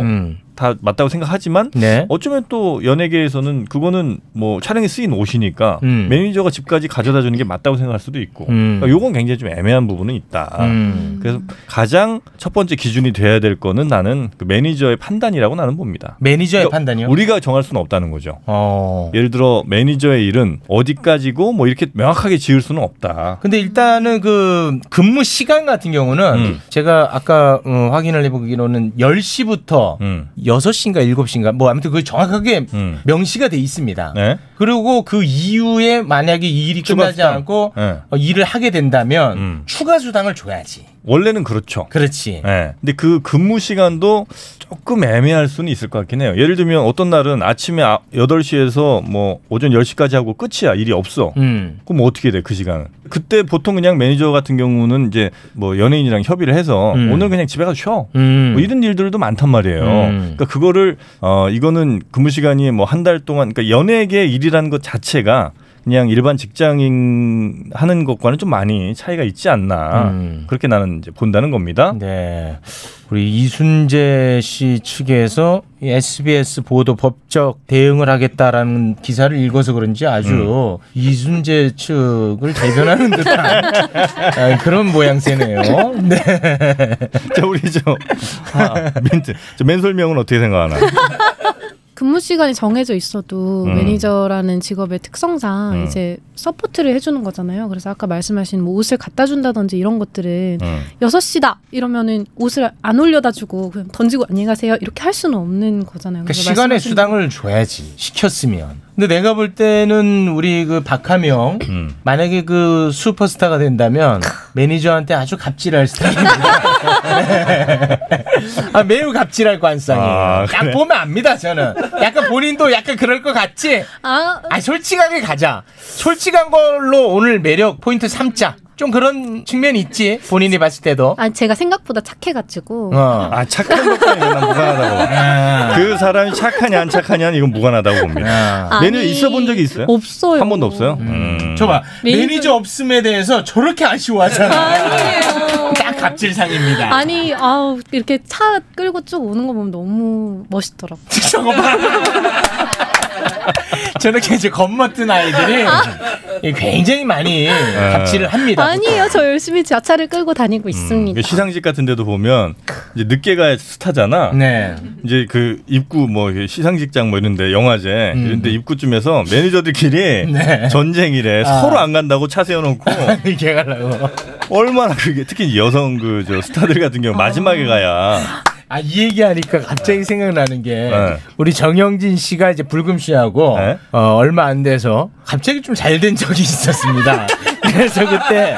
[SPEAKER 3] 다
[SPEAKER 4] 음.
[SPEAKER 3] 맞다고 생각하지만
[SPEAKER 4] 네.
[SPEAKER 3] 어쩌면 또 연예계에서는 그거는 뭐 촬영에 쓰인 옷이니까
[SPEAKER 4] 음.
[SPEAKER 3] 매니저가 집까지 가져다 주는 게 맞다고 생각할 수도 있고
[SPEAKER 4] 음.
[SPEAKER 3] 그러니까 요건 굉장히 좀 애매한 부분은 있다.
[SPEAKER 4] 음.
[SPEAKER 3] 그래서 가장 첫 번째 기준이 돼야 될 거는 나는 그 매니저의 판단이라고 나는 봅니다.
[SPEAKER 4] 매니저의
[SPEAKER 3] 그러니까
[SPEAKER 4] 네, 판단이요?
[SPEAKER 3] 우리가 정할 수는 없다는 거죠.
[SPEAKER 4] 어.
[SPEAKER 3] 예를 들어 매니저의 일은 어디까지고 뭐 이렇게 명확하게 지을 수는 없다.
[SPEAKER 4] 근데 일단은 그 근무 시간 같은 경우는
[SPEAKER 3] 음.
[SPEAKER 4] 제가 아까 어, 확인을 해보기로는 10시부터
[SPEAKER 3] 음.
[SPEAKER 4] 6시인가 7시인가 뭐 아무튼 그 정확하게
[SPEAKER 3] 음.
[SPEAKER 4] 명시가 돼 있습니다.
[SPEAKER 3] 네.
[SPEAKER 4] 그리고 그 이후에 만약에 이 일이
[SPEAKER 3] 추가
[SPEAKER 4] 끝나지
[SPEAKER 3] 수당.
[SPEAKER 4] 않고
[SPEAKER 3] 네.
[SPEAKER 4] 어, 일을 하게 된다면
[SPEAKER 3] 음.
[SPEAKER 4] 추가 수당을 줘야지.
[SPEAKER 3] 원래는 그렇죠.
[SPEAKER 4] 그렇지.
[SPEAKER 3] 예. 근데 그 근무 시간도 조금 애매할 수는 있을 것 같긴 해요. 예를 들면 어떤 날은 아침에 아- 8시에서 뭐 오전 10시까지 하고 끝이야. 일이 없어.
[SPEAKER 4] 음.
[SPEAKER 3] 그럼 어떻게 돼, 그 시간은? 그때 보통 그냥 매니저 같은 경우는 이제 뭐 연예인이랑 협의를 해서
[SPEAKER 4] 음.
[SPEAKER 3] 오늘 그냥 집에 가서 쉬어.
[SPEAKER 4] 음.
[SPEAKER 3] 뭐 이런 일들도 많단 말이에요.
[SPEAKER 4] 음.
[SPEAKER 3] 그러니까 그거를 어 이거는 근무 시간이 뭐 한 달 동안 그러니까 연예계 일이라는 것 자체가 그냥 일반 직장인 하는 것과는 좀 많이 차이가 있지 않나
[SPEAKER 4] 음.
[SPEAKER 3] 그렇게 나는 이제 본다는 겁니다.
[SPEAKER 4] 네. 우리 이순재 씨 측에서 이 SBS 보도 법적 대응을 하겠다라는 기사를 읽어서 그런지 아주
[SPEAKER 3] 음.
[SPEAKER 4] 이순재 측을 대변하는 듯한 아, 그런 모양새네요. 네.
[SPEAKER 3] 자 우리 저 아, 멘트 저 맨설명은 어떻게 생각하나?
[SPEAKER 9] 근무 시간이 정해져 있어도
[SPEAKER 3] 음.
[SPEAKER 9] 매니저라는 직업의 특성상
[SPEAKER 3] 음.
[SPEAKER 9] 이제 서포트를 해주는 거잖아요. 그래서 아까 말씀하신 뭐 옷을 갖다 준다든지 이런 것들은
[SPEAKER 3] 음.
[SPEAKER 9] 여섯 시다 이러면은 옷을 안 올려다 주고 그냥 던지고 안녕히 가세요 이렇게 할 수는 없는 거잖아요.
[SPEAKER 4] 그
[SPEAKER 9] 그래서
[SPEAKER 4] 시간에
[SPEAKER 9] 말씀하신
[SPEAKER 4] 수당을 줘야지 시켰으면. 근데 내가 볼 때는 우리 그 박하명
[SPEAKER 3] 음.
[SPEAKER 4] 만약에 그 슈퍼스타가 된다면 매니저한테 아주 갑질할 스타일입니다. 아, 매우 갑질할 관상이에요.
[SPEAKER 3] 아,
[SPEAKER 4] 딱
[SPEAKER 3] 그래?
[SPEAKER 4] 보면 압니다 저는. 약간 본인도 약간 그럴 것 같지.
[SPEAKER 9] 아
[SPEAKER 4] 아 솔직하게 가자. 솔직한 걸로 오늘 매력 포인트 3자. 좀 그런 측면이 있지 본인이 봤을 때도.
[SPEAKER 9] 아, 제가 생각보다 착해가지고
[SPEAKER 4] 어. 아,
[SPEAKER 3] 아 착한 것과 이건 난 무관하다고. 그 사람이 착하냐 안 착하냐는 이건 무관하다고 봅니다.
[SPEAKER 9] 아니,
[SPEAKER 3] 매니저 있어본 적이 있어요?
[SPEAKER 9] 없어요.
[SPEAKER 3] 한 번도 없어요. 음.
[SPEAKER 4] 저봐
[SPEAKER 9] 매니저-
[SPEAKER 4] 매니저 없음에 대해서 저렇게 아쉬워하잖아.
[SPEAKER 9] 아니에요.
[SPEAKER 4] 딱 갑질상입니다.
[SPEAKER 9] 아니 아우 이렇게 차 끌고 쭉 오는 거 보면 너무 멋있더라고. 요
[SPEAKER 4] 저거 봐. 저렇게 이제 겁먹던 아이들이 굉장히 많이 갑질을 합니다.
[SPEAKER 9] 네.
[SPEAKER 4] 음,
[SPEAKER 9] 아니에요, 저 열심히 자차를 끌고 다니고 있습니다.
[SPEAKER 3] 시상식 같은 데도 보면 이제 늦게 가야 스타잖아.
[SPEAKER 4] 네.
[SPEAKER 3] 이제 그 입구 뭐 시상식장 뭐 이런데 영화제
[SPEAKER 4] 음.
[SPEAKER 3] 이런데 입구쯤에서 매니저들끼리
[SPEAKER 4] 네.
[SPEAKER 3] 전쟁이래
[SPEAKER 4] 아.
[SPEAKER 3] 서로 안 간다고 차 세워놓고
[SPEAKER 4] 이렇게 가려고.
[SPEAKER 3] 얼마나 그게 특히 여성 그 저 스타들 같은 경우 마지막에 가야
[SPEAKER 4] 아, 이 얘기하니까 갑자기 생각나는 게
[SPEAKER 3] 네.
[SPEAKER 4] 우리 정영진 씨가 이제 불금 씨하고
[SPEAKER 3] 네.
[SPEAKER 4] 어, 얼마 안 돼서 갑자기 좀 잘 된 적이 있었습니다. 그래서 그때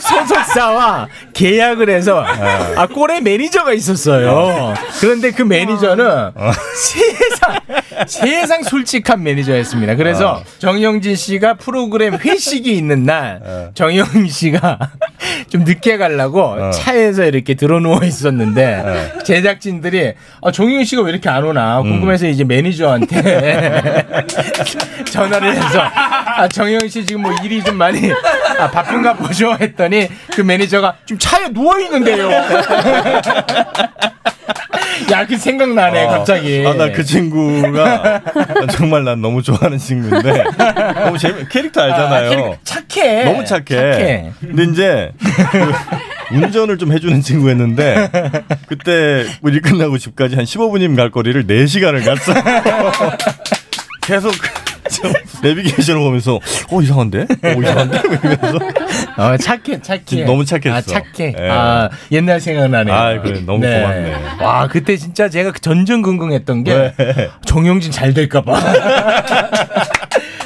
[SPEAKER 4] 소속사와 계약을 해서
[SPEAKER 3] 네.
[SPEAKER 4] 아 꼴의 매니저가 있었어요. 그런데 그
[SPEAKER 3] 어.
[SPEAKER 4] 매니저는 세상 세상 솔직한 매니저였습니다.
[SPEAKER 3] 어.
[SPEAKER 4] 그래서 정영진 씨가 프로그램 회식이 있는 날
[SPEAKER 3] 네.
[SPEAKER 4] 정영 씨가 좀 늦게 가려고
[SPEAKER 3] 어.
[SPEAKER 4] 차에서 이렇게 들어누워 있었는데
[SPEAKER 3] 네.
[SPEAKER 4] 제작진들이 아, 정영 씨가 왜 이렇게 안 오나
[SPEAKER 3] 음.
[SPEAKER 4] 궁금해서 이제 매니저한테 전화를 해서 아, 정영 씨 지금 뭐 일이 좀 많이 아, 바쁜가 보죠 했더니 그 매니저가 좀 차에 누워 있는데요. 야 그 생각나네 갑자기.
[SPEAKER 3] 아 나 그 친구가 정말 난 너무 좋아하는 친구인데 너무 재미 캐릭터 알잖아요
[SPEAKER 4] 캐릭- 예, 착해.
[SPEAKER 3] 너무 착해. 근데 이제 그 운전을 좀 해주는 친구였는데 그때 우리 끝나고 집까지 한 15분이면 갈 거리를 4시간을 갔어. 네 계속 내비게이션을 보면서 어 이상한데? 어 이상한데? 이러면서
[SPEAKER 4] 어, 착해, 착해.
[SPEAKER 3] 너무 착했어.
[SPEAKER 4] 아, 착해.
[SPEAKER 3] 예.
[SPEAKER 4] 아, 옛날 생각나네.
[SPEAKER 3] 아이, 그래. 너무 고맙네.
[SPEAKER 4] 와, 그때 진짜 제가 전전긍긍했던 게 정용진 잘 될까봐.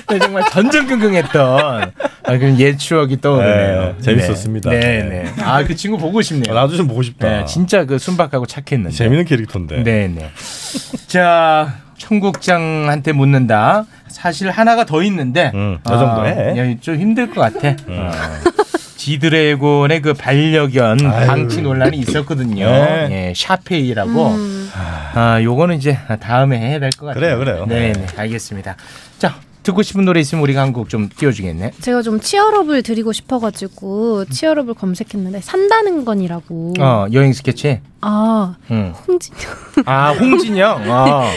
[SPEAKER 4] 네, 정말 전전긍긍했던 아, 그런 옛 추억이
[SPEAKER 3] 네,
[SPEAKER 4] 떠오르네요.
[SPEAKER 3] 재밌었습니다.
[SPEAKER 4] 네, 네. 아, 그 친구 보고 싶네요.
[SPEAKER 3] 나도 좀 보고 싶다.
[SPEAKER 4] 네, 진짜 그 순박하고 착했는데.
[SPEAKER 3] 재밌는 캐릭터인데.
[SPEAKER 4] 네네. 자, 청국장한테 묻는다. 사실 하나가 더 있는데
[SPEAKER 3] 음, 저
[SPEAKER 4] 아,
[SPEAKER 3] 정도 해.
[SPEAKER 4] 야, 좀 힘들 것 같아. 어. 지드래곤의 그 반려견 방치 논란이 있었거든요.
[SPEAKER 3] 네.
[SPEAKER 4] 예, 샤페이라고. 아, 요거는 이제 다음에 해야 될 것
[SPEAKER 3] 그래요,
[SPEAKER 4] 같아요.
[SPEAKER 3] 그래요.
[SPEAKER 4] 네, 네, 알겠습니다. 자, 듣고 싶은 노래 있으면 우리가 한 곡 좀 띄워주겠네.
[SPEAKER 2] 제가 좀 치어럽을 드리고 싶어가지고 치어럽을 검색했는데 산다는 건이라고.
[SPEAKER 4] 어, 여행 스케치.
[SPEAKER 2] 아
[SPEAKER 4] 음.
[SPEAKER 2] 홍진영.
[SPEAKER 4] 아, 홍진영. 어.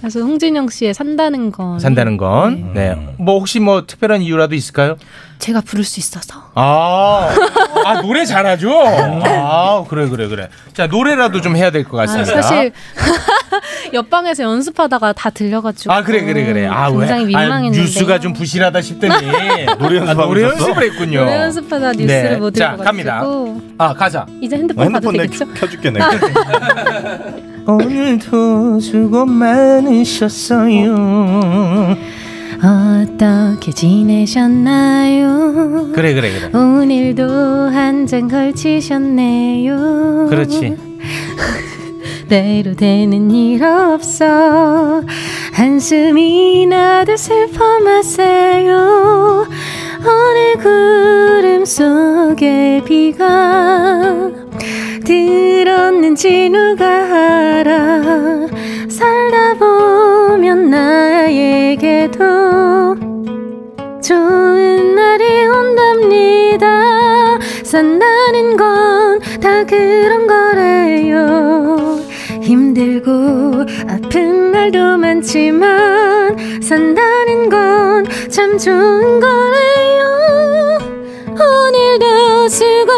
[SPEAKER 2] 그래서 홍진영 씨의 산다는 건.
[SPEAKER 4] 산다는 건. 네. 뭐 혹시 뭐 특별한 이유라도 있을까요?
[SPEAKER 2] 제가 부를 수 있어서.
[SPEAKER 4] 아, 아 노래 잘하죠. 아 그래 그래 그래. 자 노래라도 좀 해야 될 것
[SPEAKER 2] 아,
[SPEAKER 4] 같습니다.
[SPEAKER 2] 사실 옆방에서 연습하다가 다 들려가지고.
[SPEAKER 4] 아, 그래 그래 그래. 아
[SPEAKER 2] 굉장히
[SPEAKER 4] 왜? 아,
[SPEAKER 2] 민망했는데.
[SPEAKER 4] 뉴스가 좀 부실하다 싶더니
[SPEAKER 3] 노래
[SPEAKER 4] 아,
[SPEAKER 3] 연습하고
[SPEAKER 4] 노래
[SPEAKER 3] 있었어?
[SPEAKER 4] 연습을 했군요.
[SPEAKER 2] 노래 연습하다 뉴스를
[SPEAKER 4] 네.
[SPEAKER 2] 못
[SPEAKER 4] 자,
[SPEAKER 2] 들어가지고.
[SPEAKER 4] 갑니다. 아 가자.
[SPEAKER 2] 이제
[SPEAKER 3] 어,
[SPEAKER 2] 핸드폰,
[SPEAKER 3] 핸드폰
[SPEAKER 2] 봐도
[SPEAKER 4] 뭐
[SPEAKER 3] 내
[SPEAKER 2] 되겠죠?
[SPEAKER 3] 켜- 켜줄게 내.
[SPEAKER 4] 네. 오늘도 수고 많으셨어요.
[SPEAKER 2] 어떻게 지내셨나요?
[SPEAKER 4] 그래 그래 그래.
[SPEAKER 2] 오늘도 한 잔 걸치셨네요.
[SPEAKER 4] 그렇지.
[SPEAKER 2] 때로 되는 일 없어 한숨이 나도 슬퍼 마세요 어느 구름 속에 비가 들었는지 누가 알아 살다 보면 나에게도 좋은 날이 온답니다. 산다는 건 다 그런 거래요. 힘들고 아픈 날도 많지만 산다는 건 참 좋은 거래요. 오늘도 수고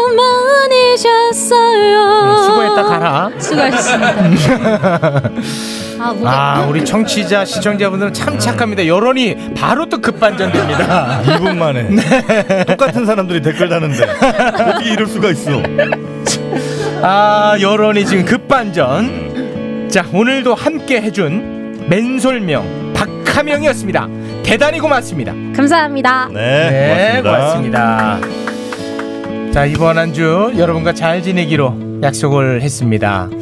[SPEAKER 2] 많으셨어요.
[SPEAKER 4] 네, 수고했다 가라.
[SPEAKER 2] 수고하셨습니다. 아, 뭐가
[SPEAKER 4] 아 우리 청취자 시청자분들은 참 착합니다. 여론이 바로 또 급반전됩니다.
[SPEAKER 3] 2분 만에
[SPEAKER 4] 네.
[SPEAKER 3] 똑같은 사람들이 댓글 다는데 어떻게 이럴 수가 있어?
[SPEAKER 4] 아 여론이 지금 급반전 자 오늘도 함께 해준 맨솔명 박하명이었습니다 대단히 고맙습니다
[SPEAKER 2] 감사합니다.
[SPEAKER 3] 네,
[SPEAKER 4] 고맙습니다 자 이번 한 주 여러분과 잘 지내기로 약속을 했습니다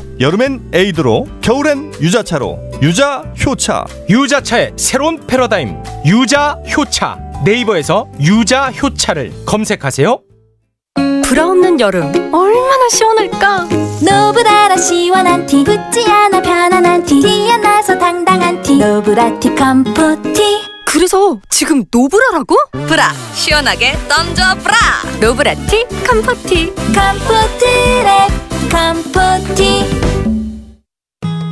[SPEAKER 3] 여름엔 에이드로, 겨울엔 유자차로. 유자 효차.
[SPEAKER 4] 유자차의 새로운 패러다임 유자 효차 네이버에서 유자 효차를 검색하세요.
[SPEAKER 10] 불어없는 여름 얼마나 시원할까?
[SPEAKER 11] 노브라라 시원한 티 굳지 않아 편안한 티 뛰어나서 당당한 티 노브라 티 컴포티
[SPEAKER 10] 그래서 지금 노브라라고? 브라 시원하게 던져 브라 노브라티 컴포티
[SPEAKER 11] 컴포티랩 컴포티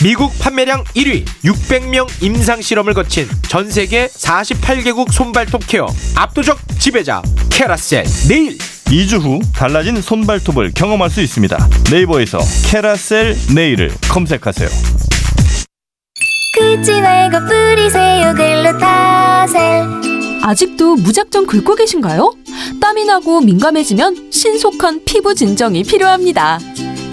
[SPEAKER 4] 미국 판매량 1위 600명 임상 실험을 거친 전 세계 48개국 손발톱 케어 압도적 지배자 캐라셀 네일.
[SPEAKER 3] 2주 후 달라진 손발톱을 경험할 수 있습니다 네이버에서 캐라셀 네일을 검색하세요
[SPEAKER 11] 긁지 말고 뿌리세요 글루타셀
[SPEAKER 10] 아직도 무작정 긁고 계신가요? 땀이 나고 민감해지면 신속한 피부 진정이 필요합니다.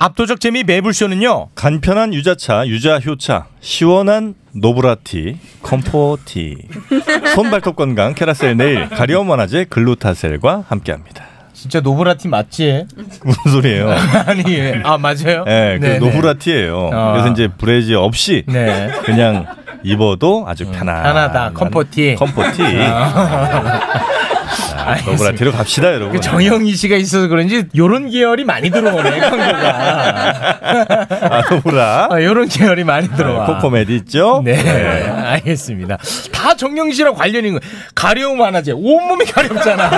[SPEAKER 4] 압도적 재미 매불쇼는요.
[SPEAKER 3] 간편한 유자차, 유자효차, 시원한 노브라티, 컴포티, 손발톱 건강, 캐라셀 네일, 가려움 완화제, 글루타셀과 함께합니다.
[SPEAKER 4] 진짜 노브라티 맞지?
[SPEAKER 3] 무슨 소리예요?
[SPEAKER 4] 아니, 예. 아 맞아요.
[SPEAKER 3] 네, 그
[SPEAKER 4] 네,
[SPEAKER 3] 노브라티예요.
[SPEAKER 4] 아.
[SPEAKER 3] 그래서 이제 브래지 없이
[SPEAKER 4] 네. 음,
[SPEAKER 3] 그냥 입어도 아주 편한
[SPEAKER 4] 편하다. 컴포티. 아.
[SPEAKER 3] 컴포티. 자, 노브라티로 갑시다, 여러분.
[SPEAKER 4] 그 정영희 씨가 있어서 그런지 요런 계열이 많이 들어오네 광고가.
[SPEAKER 3] 아, 노브라.
[SPEAKER 4] 아, 요런 계열이 많이 들어와.
[SPEAKER 3] 네, 코코메디 있죠?
[SPEAKER 4] 네, 알겠습니다. 다 정영희 씨랑 관련 있는 거. 가려움 완화제. 온몸이 가렵잖아.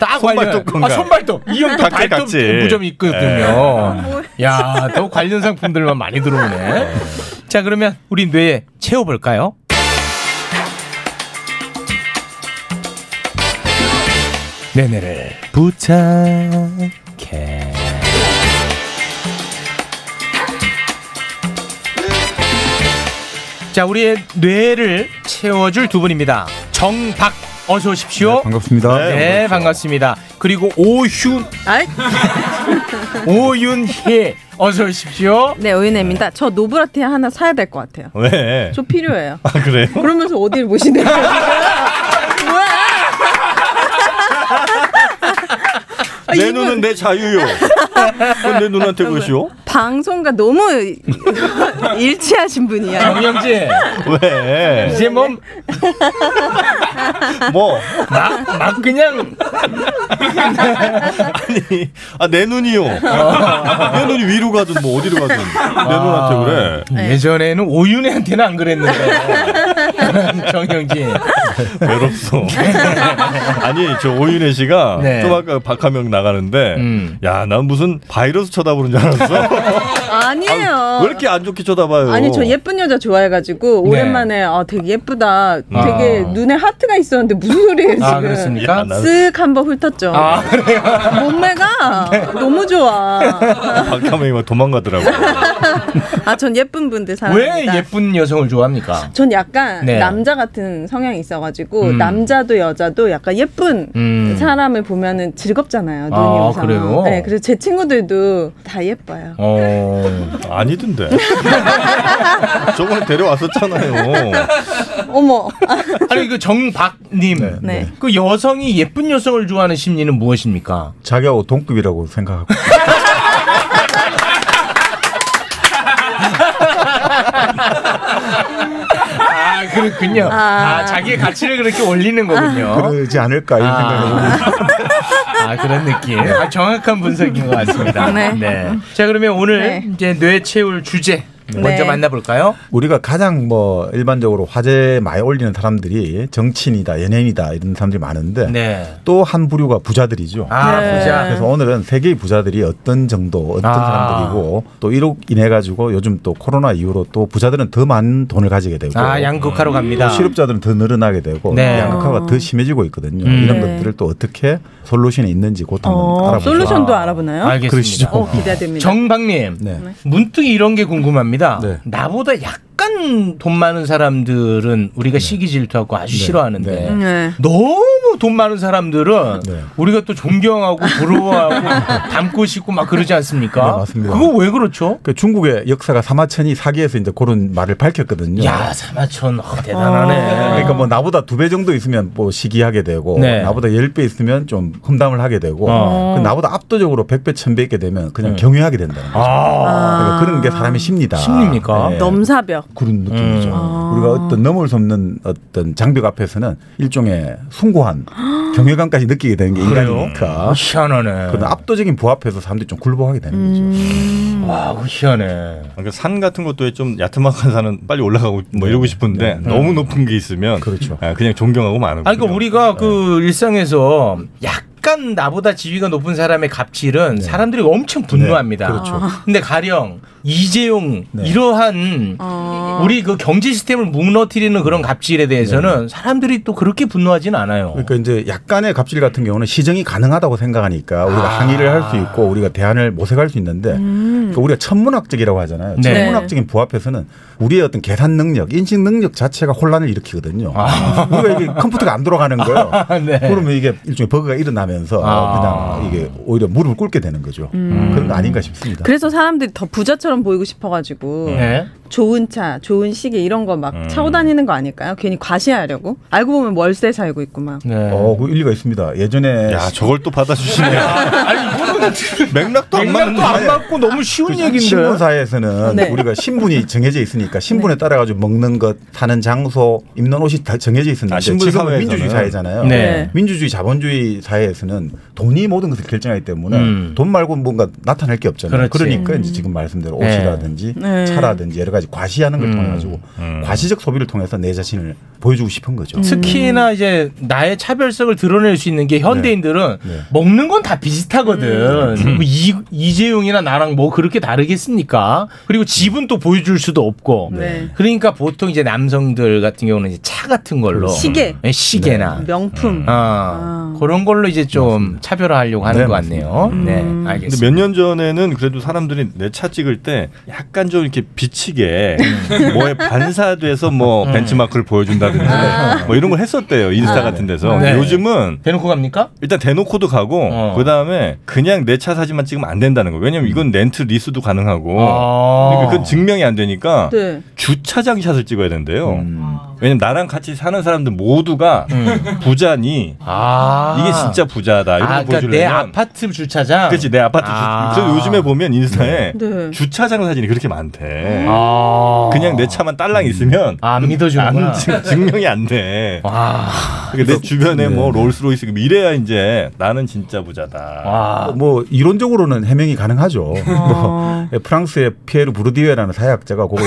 [SPEAKER 4] 다 관련.
[SPEAKER 3] 손발톱 건강.
[SPEAKER 4] 아, 손발톱. 이형도
[SPEAKER 3] 각질,
[SPEAKER 4] 발톱
[SPEAKER 3] 각질.
[SPEAKER 4] 무좀 있거든요.
[SPEAKER 3] 예.
[SPEAKER 4] 야, 또 관련 상품들만 많이 들어오네. 자, 그러면 우리 뇌에 채워 볼까요? 네네를 부탁해. 자, 우리의 뇌를 채워줄 두 분입니다. 정박 어서 오십시오.
[SPEAKER 3] 어?
[SPEAKER 12] 반갑습니다.
[SPEAKER 4] 네,
[SPEAKER 3] 그렇죠.
[SPEAKER 4] 반갑습니다. 그리고 오윤
[SPEAKER 13] 아이?
[SPEAKER 4] 오윤혜 어서 오십시오.
[SPEAKER 13] 네, 오윤혜입니다. 저 노브라티 하나 사야 될 것 같아요.
[SPEAKER 3] 왜?
[SPEAKER 13] 저 필요해요.
[SPEAKER 3] 아, 그래요?
[SPEAKER 13] 그러면서 어딜 보시네요?
[SPEAKER 3] 내 눈은 내 자유요. 그건 내 눈한테 보시오.
[SPEAKER 13] 방송과 너무 일치하신 분이야.
[SPEAKER 4] 정영진.
[SPEAKER 3] 왜?
[SPEAKER 4] 이제 뭐,
[SPEAKER 3] 뭐?
[SPEAKER 4] 막, 막 그냥.
[SPEAKER 3] 아니, 아, 내 눈이요.
[SPEAKER 4] 어.
[SPEAKER 3] 내 눈이 위로 가든 뭐 어디로 가든. 내 눈한테 그래.
[SPEAKER 4] 네. 예전에는 오윤혜한테는 안 그랬는데. 정영진. 아.
[SPEAKER 3] 외롭소. 아니 저 오윤혜 씨가
[SPEAKER 4] 네. 음.
[SPEAKER 3] 좀 아까 박하명 나가는데 야 난 무슨 바이러스 쳐다보는 줄 알았어.
[SPEAKER 13] 아니에요.
[SPEAKER 3] 왜 이렇게 안 좋게 쳐다봐요?
[SPEAKER 13] 아니 저 예쁜 여자 좋아해가지고
[SPEAKER 3] 네.
[SPEAKER 13] 오랜만에 아 되게 예쁘다 되게 눈에 하트가 있었는데 무슨 소리예요 지금
[SPEAKER 4] 아, 그렇습니까?
[SPEAKER 3] 네.
[SPEAKER 4] 야, 나는-
[SPEAKER 13] 쓱 한번 훑었죠
[SPEAKER 4] 아,
[SPEAKER 13] 그래요? 몸매가 너무 좋아
[SPEAKER 3] 박하명이 막 도망가더라고.
[SPEAKER 13] 아 전 예쁜 분들
[SPEAKER 4] 왜
[SPEAKER 13] 사랑합니다
[SPEAKER 4] 예쁜 여성을 좋아합니까?
[SPEAKER 13] 전 약간
[SPEAKER 4] 네.
[SPEAKER 13] 남자 같은 성향이 있어가지고
[SPEAKER 4] 음.
[SPEAKER 13] 남자도 여자도 약간 예쁜
[SPEAKER 4] 음.
[SPEAKER 13] 사람을 보면은 즐겁잖아요 눈이
[SPEAKER 4] 아,
[SPEAKER 13] 우선
[SPEAKER 4] 그래요?
[SPEAKER 13] 네 그래서 제 친구들도 다 예뻐요
[SPEAKER 4] 어
[SPEAKER 3] 아니던데. 저번에 데려왔었잖아요.
[SPEAKER 13] 어머
[SPEAKER 4] 아니 그 정박님
[SPEAKER 13] 네.
[SPEAKER 4] 그 여성이 예쁜 여성을 좋아하는 심리는 무엇입니까?
[SPEAKER 12] 자기하고 동급이라고 생각하고.
[SPEAKER 4] 아 그렇군요. 아, 자기의 가치를 그렇게 올리는
[SPEAKER 3] 어?
[SPEAKER 4] 거군요.
[SPEAKER 12] 그러지 않을까 이런 생각을 해보고
[SPEAKER 4] 아 그런 느낌. 아, 정확한 분석인 것 같습니다.
[SPEAKER 12] 네.
[SPEAKER 4] 자 그러면 오늘
[SPEAKER 12] 네.
[SPEAKER 4] 이제 뇌 채울 주제 먼저
[SPEAKER 12] 네.
[SPEAKER 4] 만나볼까요?
[SPEAKER 12] 우리가 가장 뭐 일반적으로 화제에 많이 올리는 사람들이 정치인이다 연예인이다 이런 사람들이 많은데
[SPEAKER 4] 네.
[SPEAKER 12] 또 한 부류가 부자들이죠.
[SPEAKER 4] 아, 네. 부자.
[SPEAKER 12] 그래서 오늘은 세계의 부자들이 어떤 정도 어떤
[SPEAKER 4] 아.
[SPEAKER 12] 사람들이고 또 이로 인해 가지고 요즘 또 코로나 이후로 또 부자들은 더 많은 돈을 가지게 되고
[SPEAKER 4] 아, 양극화로
[SPEAKER 3] 어,
[SPEAKER 4] 갑니다.
[SPEAKER 12] 또 실업자들은 더 늘어나게 되고
[SPEAKER 4] 네.
[SPEAKER 12] 양극화가 더 심해지고 있거든요.
[SPEAKER 4] 음.
[SPEAKER 12] 이런
[SPEAKER 13] 네. 어,
[SPEAKER 12] 것들을 또 어떻게 솔루션이 있는지 곧 한번 알아보죠.
[SPEAKER 13] 솔루션도 알아보나요?
[SPEAKER 4] 알겠습니다.
[SPEAKER 12] 그러시죠.
[SPEAKER 13] 어, 기대됩니다.
[SPEAKER 4] 정박님
[SPEAKER 12] 네.
[SPEAKER 4] 문득 이런 게 궁금합니다. 나보다 약간 돈 많은 사람들은
[SPEAKER 12] 네.
[SPEAKER 4] 우리가 시기 질투하고 아주 싫어하는데
[SPEAKER 13] 네.
[SPEAKER 4] 너무 돈 많은 사람들은
[SPEAKER 12] 네.
[SPEAKER 4] 우리가 또 존경하고 부러워하고 닮고 싶고 막 그러지 않습니까?
[SPEAKER 12] 네, 맞습니다.
[SPEAKER 4] 그거 왜 그렇죠?
[SPEAKER 12] 그 중국의 역사가 사마천이 사기에서 이제 그런 말을 밝혔거든요.
[SPEAKER 4] 야 사마천 어, 대단하네.
[SPEAKER 12] 네. 그러니까 뭐 나보다 두 배 정도 있으면 뭐 시기하게 되고
[SPEAKER 4] 네.
[SPEAKER 12] 나보다 열 배 있으면 좀 험담을 하게 되고
[SPEAKER 4] 어. 음.
[SPEAKER 12] 그 나보다 압도적으로 백 배, 천 배 있게 되면 그냥 경외하게 된다는 거죠.
[SPEAKER 4] 아,
[SPEAKER 12] 그러니까 그런 게 사람의 심리다.
[SPEAKER 4] 심리입니까?
[SPEAKER 12] 네.
[SPEAKER 13] 아. 넘사벽 아.
[SPEAKER 12] 그런 느낌이죠.
[SPEAKER 3] 음.
[SPEAKER 12] 우리가 어떤 넘을 수 없는 어떤 장벽 앞에서는 일종의 숭고한 경외감까지 느끼게 되는 게
[SPEAKER 4] 그래요?
[SPEAKER 12] 인간이니까.
[SPEAKER 4] 희한하네.
[SPEAKER 12] 그런 압도적인 부합에서 사람들이 좀 굴복하게 되는
[SPEAKER 3] 음.
[SPEAKER 4] 와, 희한해.
[SPEAKER 3] 산 같은 것도 좀 야트막한 산은 빨리 올라가고 뭐 이러고 싶은데
[SPEAKER 12] 네. 음.
[SPEAKER 3] 너무 높은 게 있으면
[SPEAKER 12] 그렇죠.
[SPEAKER 3] 아, 그냥 존경하고 마는
[SPEAKER 4] 아니, 그러니까 우리가 그 일상에서 약간 나보다 지위가 높은 사람의 갑질은 사람들이 엄청 분노합니다.
[SPEAKER 2] 그렇죠.
[SPEAKER 4] 근데 가령 이재용 이러한 우리 그 경제 시스템을 무너뜨리는 그런 갑질에 대해서는 사람들이 또 그렇게 분노하진 않아요.
[SPEAKER 12] 그러니까 이제 약간의 갑질 같은 경우는 시정이 가능하다고 생각하니까 우리가
[SPEAKER 4] 아.
[SPEAKER 12] 항의를 할 수 있고 우리가 대안을 모색할 수 있는데 그러니까 우리가 천문학적이라고 하잖아요.
[SPEAKER 4] 네.
[SPEAKER 12] 천문학적인 부합해서는 우리의 어떤 계산 능력, 인식 능력 자체가 혼란을 일으키거든요. 우리가 이게 컴퓨터가 안 돌아가는 거예요.
[SPEAKER 4] 네.
[SPEAKER 12] 그러면 이게 일종의 버그가 일어나면서
[SPEAKER 4] 아.
[SPEAKER 12] 그냥 이게 오히려 무릎을 꿇게 되는 거죠. 그런 거 아닌가 싶습니다.
[SPEAKER 13] 그래서 사람들이 더 부자처럼 보이고 싶어가지고
[SPEAKER 4] 음.
[SPEAKER 12] 네.
[SPEAKER 13] 좋은 차, 좋은 시계 이런 거 막 차고 다니는 거 아닐까요? 괜히 과시하려고 알고 보면 월세 살고 있고 막.
[SPEAKER 4] 네.
[SPEAKER 12] 어, 그 일리가 있습니다. 예전에 야,
[SPEAKER 3] 저걸 또 받아주시네.
[SPEAKER 12] 맥락도
[SPEAKER 4] 안 맥락도 맞는데. 안 맞고 너무 쉬운
[SPEAKER 3] 그
[SPEAKER 4] 얘기인데.
[SPEAKER 12] 신문사에서는
[SPEAKER 4] 네.
[SPEAKER 12] 우리가 신분이 정해져 있으니까 신분에 따라 가지고 먹는 것, 사는 장소, 입는 옷이 다 정해져 있었는데
[SPEAKER 3] 아, 신분
[SPEAKER 12] 지금은
[SPEAKER 3] 사회에서는.
[SPEAKER 12] 민주주의 사회잖아요.
[SPEAKER 3] 네.
[SPEAKER 12] 민주주의 자본주의 사회에서는 돈이 모든 것을 결정하기 때문에
[SPEAKER 3] 음.
[SPEAKER 12] 돈 말고 뭔가 나타낼 게 없잖아요.
[SPEAKER 3] 그렇지.
[SPEAKER 12] 그러니까
[SPEAKER 4] 음.
[SPEAKER 12] 이제 지금 말씀대로
[SPEAKER 3] 네. 음.
[SPEAKER 12] 옷이라든지
[SPEAKER 3] 네.
[SPEAKER 12] 차라든지 여러 가지 과시하는 걸 통해 가지고 과시적 소비를 통해서 내 자신을 보여주고 싶은 거죠.
[SPEAKER 4] 특히나 이제 나의 차별성을 드러낼 수 있는 게 현대인들은 먹는 건 다 비슷하거든. 뭐 이, 이재용이나 나랑 뭐 그렇게 다르겠습니까? 그리고 집은 또 보여줄 수도 없고.
[SPEAKER 13] 네.
[SPEAKER 4] 그러니까 보통 이제 남성들 같은 경우는 이제 차 같은 걸로
[SPEAKER 13] 시계.
[SPEAKER 4] 네, 시계나
[SPEAKER 13] 명품.
[SPEAKER 4] 아, 그런 걸로 이제 좀 차별화하려고 하는 것 같네요. 네, 알겠습니다.
[SPEAKER 3] 근데 몇 년 전에는 그래도 사람들이 내 차 찍을 때 약간 좀 이렇게 비치게 뭐에 반사돼서 뭐 벤치마크를 보여준다든지 뭐 이런 걸 했었대요 인스타
[SPEAKER 4] 음. 아.
[SPEAKER 3] 같은 데서
[SPEAKER 4] 네. 어.
[SPEAKER 3] 요즘은
[SPEAKER 4] 대놓고 갑니까?
[SPEAKER 3] 일단 대놓고도 가고 그 다음에 그냥 내 차 사진만 찍으면 안 된다는 거예요 왜냐면 이건 렌트 리스도 가능하고
[SPEAKER 4] 아.
[SPEAKER 3] 그러니까 그건 증명이 안 되니까
[SPEAKER 13] 네.
[SPEAKER 3] 주차장 샷을 찍어야 된대요.
[SPEAKER 4] 음.
[SPEAKER 3] 왜냐면 나랑 같이 사는 사람들 모두가 부자니 이게 진짜 부자다 이런
[SPEAKER 4] 아,
[SPEAKER 3] 걸
[SPEAKER 4] 그러니까 내
[SPEAKER 3] 보여주려면
[SPEAKER 4] 아파트 주차장.
[SPEAKER 3] 그치 내 아파트 주, 그래서 요즘에 보면 인스타에
[SPEAKER 4] 네.
[SPEAKER 3] 주차장 사진이 그렇게 많대.
[SPEAKER 4] 아. 음.
[SPEAKER 3] 그냥 내 차만 딸랑 있으면
[SPEAKER 4] 안 믿어주는구나.
[SPEAKER 3] 안- 증- 증명이 안 돼.
[SPEAKER 4] 아.
[SPEAKER 3] 그러니까 내 주변에 뭐
[SPEAKER 4] 네.
[SPEAKER 3] 롤스로이스 이래야 이제 나는 진짜 부자다.
[SPEAKER 12] 뭐 이론적으로는 해명이 가능하죠.
[SPEAKER 4] 어.
[SPEAKER 12] 뭐 프랑스의 피에르 부르디웨라는 사회학자가 그걸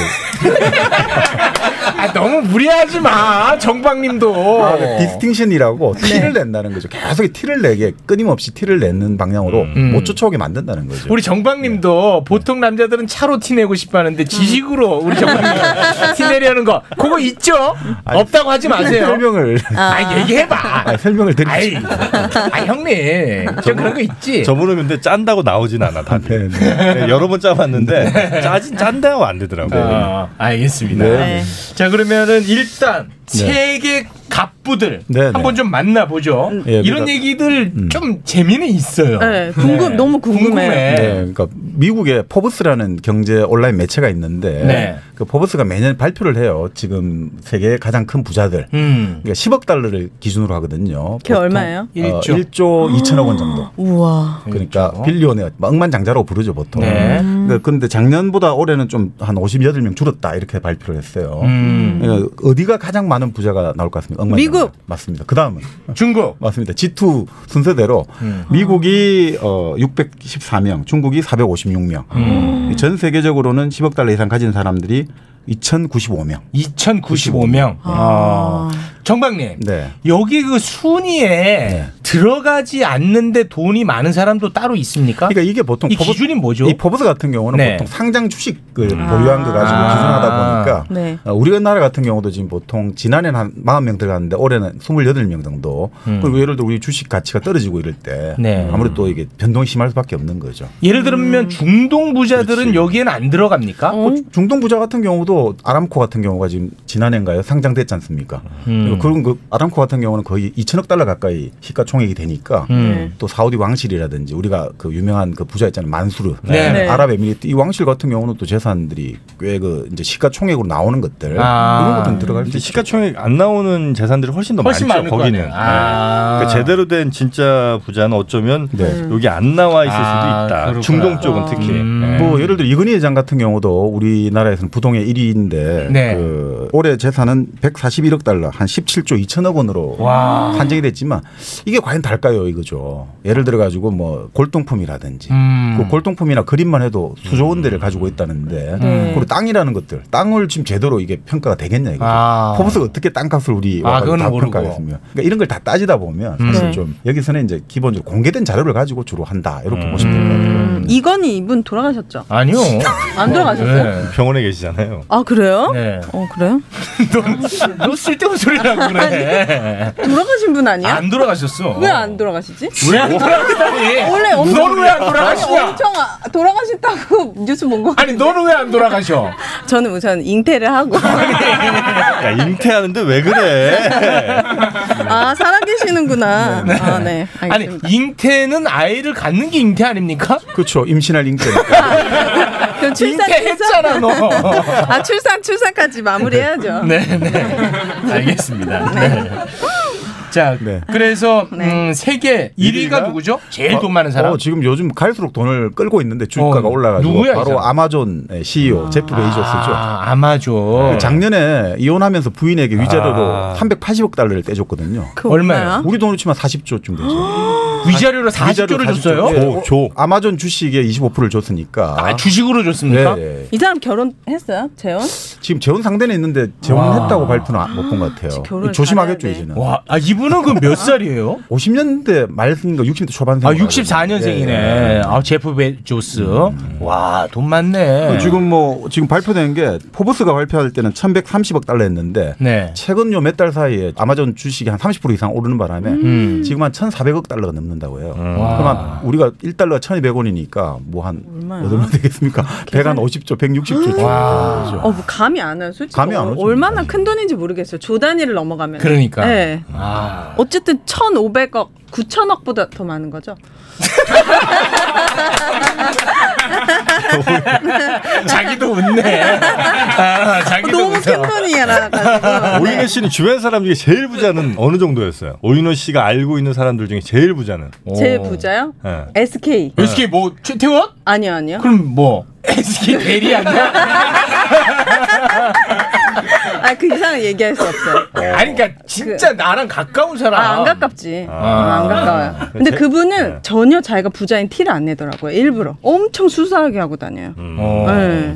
[SPEAKER 4] 아, 너무 무리하지 마. 정방님도.
[SPEAKER 12] 아, 그 디스팅션이라고
[SPEAKER 4] 네.
[SPEAKER 12] 티를 낸다는 거죠. 계속 티를 내게 끊임없이 티를 내는 방향으로
[SPEAKER 3] 음.
[SPEAKER 12] 못 쫓아오게 만든다는 거죠.
[SPEAKER 4] 우리 정방님도 보통 남자들은 차로 티 내고 싶어 하는데 지식으로 우리 정방님 티 내려는 거 그거 있죠? 없다고 하지 마세요.
[SPEAKER 12] 설명을
[SPEAKER 4] 아, 얘기해봐.
[SPEAKER 12] 아, 설명을 드리죠.
[SPEAKER 4] 아 형님, 저 그런 거 있지.
[SPEAKER 3] 저분은 근데 짠다고 나오진 않아 답이. 네, 여러
[SPEAKER 12] 네.
[SPEAKER 3] 번 짜봤는데 짜진 짠다고 안 되더라고요.
[SPEAKER 4] 아, 알겠습니다.
[SPEAKER 13] 네.
[SPEAKER 4] 자 그러면은 일단
[SPEAKER 12] 네.
[SPEAKER 4] 세계 갑부들
[SPEAKER 3] 네,
[SPEAKER 4] 한번 좀 만나보죠.
[SPEAKER 12] 예,
[SPEAKER 4] 이런
[SPEAKER 12] 그러니까-
[SPEAKER 4] 얘기들 좀 재미는 있어요.
[SPEAKER 13] 음. 네, 궁금- 너무 궁금해요.
[SPEAKER 12] 네, 그러니까 미국의 포브스라는 경제 온라인 매체가 있는데
[SPEAKER 4] 네.
[SPEAKER 12] 그 포브스가 매년 발표를 해요. 지금 세계의 가장 큰 부자들.
[SPEAKER 4] 음.
[SPEAKER 12] 그러니까 10억 달러를 기준으로 하거든요.
[SPEAKER 13] 그게 얼마예요?
[SPEAKER 12] 어, 1조 2천억 원 정도.
[SPEAKER 4] 아,
[SPEAKER 13] 우와.
[SPEAKER 12] 그러니까 빌리온에 억만장자라고 부르죠 보통.
[SPEAKER 4] 네.
[SPEAKER 12] 그러니까 그런데 작년보다 올해는 좀 한 58명 줄었다 이렇게 발표를 했어요.
[SPEAKER 4] 음.
[SPEAKER 12] 그러니까 어디가 가장 많은 부자가 나올 것 같습니까? 억만장자.
[SPEAKER 4] 미국!
[SPEAKER 12] 맞습니다. 그 다음은
[SPEAKER 4] 중국
[SPEAKER 12] 맞습니다. G2 순서대로
[SPEAKER 4] 음.
[SPEAKER 12] 미국이 어 614명, 중국이 456명.
[SPEAKER 4] 음.
[SPEAKER 12] 전 세계적으로는 10억 달러 이상 가진 사람들이 2,095명.
[SPEAKER 4] 2,095명. 아. 정박님
[SPEAKER 12] 네.
[SPEAKER 4] 여기 그 순위에 들어가지 않는데 돈이 많은 사람도 따로 있습니까?
[SPEAKER 12] 그러니까 이게 보통
[SPEAKER 4] 이
[SPEAKER 12] 포브-
[SPEAKER 4] 기준이 뭐죠?
[SPEAKER 12] 이 포브스 같은 경우는
[SPEAKER 4] 네.
[SPEAKER 12] 보통 상장 주식을 보유한 거 가지고
[SPEAKER 4] 아.
[SPEAKER 12] 기준하다 보니까
[SPEAKER 4] 네.
[SPEAKER 12] 어, 우리나라 같은 경우도 지금 보통 지난해는 한 40명 들어갔는데 올해는 28명 정도.
[SPEAKER 4] 음.
[SPEAKER 12] 그리고 예를 들어 우리 주식 가치가 떨어지고 이럴 때
[SPEAKER 4] 네.
[SPEAKER 12] 아무래도 또 이게 변동이 심할 수밖에 없는 거죠.
[SPEAKER 4] 예를
[SPEAKER 13] 음.
[SPEAKER 4] 들면 중동 부자들은 여기에는 안 들어갑니까?
[SPEAKER 12] 뭐 중동 부자 같은 경우도 아람코 같은 경우가 지금 지난해인가요 상장됐지 않습니까?
[SPEAKER 4] 음.
[SPEAKER 12] 그리고 그런 그 아람코 같은 경우는 거의 2천억 달러 가까이 시가총액이 되니까
[SPEAKER 13] 네.
[SPEAKER 4] 음.
[SPEAKER 12] 또 사우디 왕실이라든지 우리가 그 유명한 그 부자 있잖아요 만수르
[SPEAKER 4] 네. 네.
[SPEAKER 12] 아랍에미리트 이 왕실 같은 경우는 또 재산들이 꽤 그 이제 시가총액으로 나오는 것들
[SPEAKER 3] 아.
[SPEAKER 12] 이런 것들은 들어갈 수
[SPEAKER 3] 근데 시가총액 안 나오는 재산들이 훨씬 더
[SPEAKER 4] 훨씬 많을
[SPEAKER 3] 많죠.
[SPEAKER 4] 거
[SPEAKER 3] 거기는.
[SPEAKER 4] 아니에요. 아.
[SPEAKER 3] 네. 그러니까 제대로 된 진짜 부자는 어쩌면
[SPEAKER 12] 네.
[SPEAKER 3] 여기 안 나와 있을
[SPEAKER 4] 아,
[SPEAKER 3] 수도 있다.
[SPEAKER 4] 그렇구나. 음.
[SPEAKER 3] 중동 쪽은 특히. 네.
[SPEAKER 12] 뭐 예를 들어 이건희 회장 같은 경우도 우리나라에서는 부동의 1위인데
[SPEAKER 3] 네.
[SPEAKER 12] 그 올해 재산은 141억 달러 한 17조 2천억 원으로
[SPEAKER 4] 와.
[SPEAKER 12] 산정이 됐지만 이게 과연 달까요 이거죠. 예를 들어 가지고 뭐 골동품이라든지
[SPEAKER 4] 음.
[SPEAKER 12] 그 골동품이나 그림만 해도 수조 원대를 가지고 있다는데
[SPEAKER 4] 네.
[SPEAKER 12] 그리고 그리고 땅이라는 것들 땅을 지금 제대로 이게 평가가 되겠냐 이거
[SPEAKER 4] 아.
[SPEAKER 12] 포브스가 어떻게 땅값을 우리
[SPEAKER 4] 아,
[SPEAKER 12] 와가지고
[SPEAKER 4] 그거는
[SPEAKER 12] 다
[SPEAKER 4] 모르고.
[SPEAKER 12] 평가하겠습니까? 그러니까 이런 걸 다 따지다 보면 사실
[SPEAKER 13] 음.
[SPEAKER 12] 좀 여기서는 이제 기본적으로 공개된 자료를 가지고 주로 한다 이렇게 보시면 됩니다.
[SPEAKER 13] 음, 이건희 이분 돌아가셨죠?
[SPEAKER 4] 아니요. 네.
[SPEAKER 13] 안 돌아가셨어요?
[SPEAKER 3] 병원에 계시잖아요.
[SPEAKER 13] 아 그래요? 어 그래요?
[SPEAKER 4] 너 쓸데없는 소리라고 그래.
[SPEAKER 13] 돌아가신 분 아니야?
[SPEAKER 4] 안 돌아가셨어.
[SPEAKER 13] 왜 안 돌아가시지?
[SPEAKER 4] 왜안 돌아가시다니?
[SPEAKER 13] 원래 엄청
[SPEAKER 4] 너는 왜안 돌아가시냐?
[SPEAKER 13] 아니, 엄청 아- 돌아가셨다고 뉴스 본 거.
[SPEAKER 4] 아니 너는 왜 안 돌아가셔?
[SPEAKER 13] 저는 우선 잉태를 하고
[SPEAKER 3] 야, 잉태하는데 왜 그래?
[SPEAKER 13] 아 살아계시는구나. 아 네.
[SPEAKER 4] 아니 잉태는 아이를 갖는 게 잉태 아닙니까?
[SPEAKER 12] 그렇죠. 임신할 잉태.
[SPEAKER 13] 그럼 출산
[SPEAKER 4] 잉태했잖아 너.
[SPEAKER 13] 아 출산 출산까지 마무리해야죠.
[SPEAKER 4] 네, 네. 알겠습니다. 네. 자, 그래서 음, 세계 1위가 누구죠? 제일 돈 많은 사람.
[SPEAKER 12] 어, 지금 요즘 갈수록 돈을 끌고 있는데 주가가 올라가지고
[SPEAKER 4] 누구야, 이
[SPEAKER 12] 바로
[SPEAKER 4] 사람?
[SPEAKER 12] 아마존 CEO 제프 베이조스죠.
[SPEAKER 4] 아, 아마존.
[SPEAKER 12] 작년에 이혼하면서 부인에게 위자료로
[SPEAKER 4] 아.
[SPEAKER 12] 380억 달러를 떼줬거든요.
[SPEAKER 4] 그 얼마야? 얼마야?
[SPEAKER 12] 우리 돈으로 치면 40조쯤 되죠.
[SPEAKER 4] 위자료로 어? 40조를 줬어요?
[SPEAKER 12] 예, 어, 아마존 주식에 25%를 줬으니까. 예,
[SPEAKER 4] 아, 주식으로 줬습니까?
[SPEAKER 13] 이 사람 결혼했어요? 재혼?
[SPEAKER 12] 지금 재혼 상대는 있는데 재혼했다고 발표는 못 본 것 같아요.
[SPEAKER 13] 결혼을
[SPEAKER 12] 조심하겠죠 이제는.
[SPEAKER 4] 와, 아 이분은 그럼 몇 살이에요?
[SPEAKER 12] 50년대 말인가 60년대 초반생.
[SPEAKER 4] 아, 64년생이네. 아, 제프 베조스. 음. 와, 돈 많네.
[SPEAKER 12] 그 지금 뭐 지금 발표된 게 포브스가 발표할 때는 1,130억 달러 했는데
[SPEAKER 4] 네.
[SPEAKER 12] 최근 요 몇 달 사이에 아마존 주식이 한 30% 이상 오르는 바람에
[SPEAKER 4] 음.
[SPEAKER 12] 지금 한 1,400억 달러가 넘는다고 해요.
[SPEAKER 3] 음.
[SPEAKER 4] 와.
[SPEAKER 12] 그러면 우리가 1달러 1,200원이니까 뭐 한 얼마 되겠습니까? 100한 50조, 160조.
[SPEAKER 13] 어, 뭐 감이 안 와요. 솔직히
[SPEAKER 12] 감이 안
[SPEAKER 13] 얼-
[SPEAKER 12] 오죠.
[SPEAKER 13] 얼마나 큰 돈인지 모르겠어요. 조 단위를 넘어가면.
[SPEAKER 12] 그러니까.
[SPEAKER 13] 네.
[SPEAKER 4] 아.
[SPEAKER 13] 어쨌든 1,500억, 9,000억보다 더 많은 거죠. 아,
[SPEAKER 4] 자기도 웃네. 아, 자기도
[SPEAKER 13] 너무 큰 돈이라 가지고.
[SPEAKER 3] 오인호 씨는 주변 사람 중에 제일 부자는 어느 정도였어요? 오인호 씨가 알고 있는 사람들 중에 제일 부자는?
[SPEAKER 13] 네. 제일 부자요?
[SPEAKER 3] 예.
[SPEAKER 13] SK.
[SPEAKER 3] SK
[SPEAKER 4] 뭐 최태원?
[SPEAKER 13] 아니요, 아니요.
[SPEAKER 4] 네. 그럼 뭐 SK 대리 아니야?
[SPEAKER 13] 아, 그 이상은 얘기할 수 없어요.
[SPEAKER 4] 아니 그러니까 진짜 나랑 가까운 사람.
[SPEAKER 13] 아, 안 가깝지.
[SPEAKER 4] 아.
[SPEAKER 13] 아, 네. 안 가까워요. 근데
[SPEAKER 4] 제-
[SPEAKER 13] 그분은 전혀 자기가 부자인 티를 안 내더라고요. 일부러. 엄청 수수하게 하고 다녀요.
[SPEAKER 4] 어.
[SPEAKER 13] 네.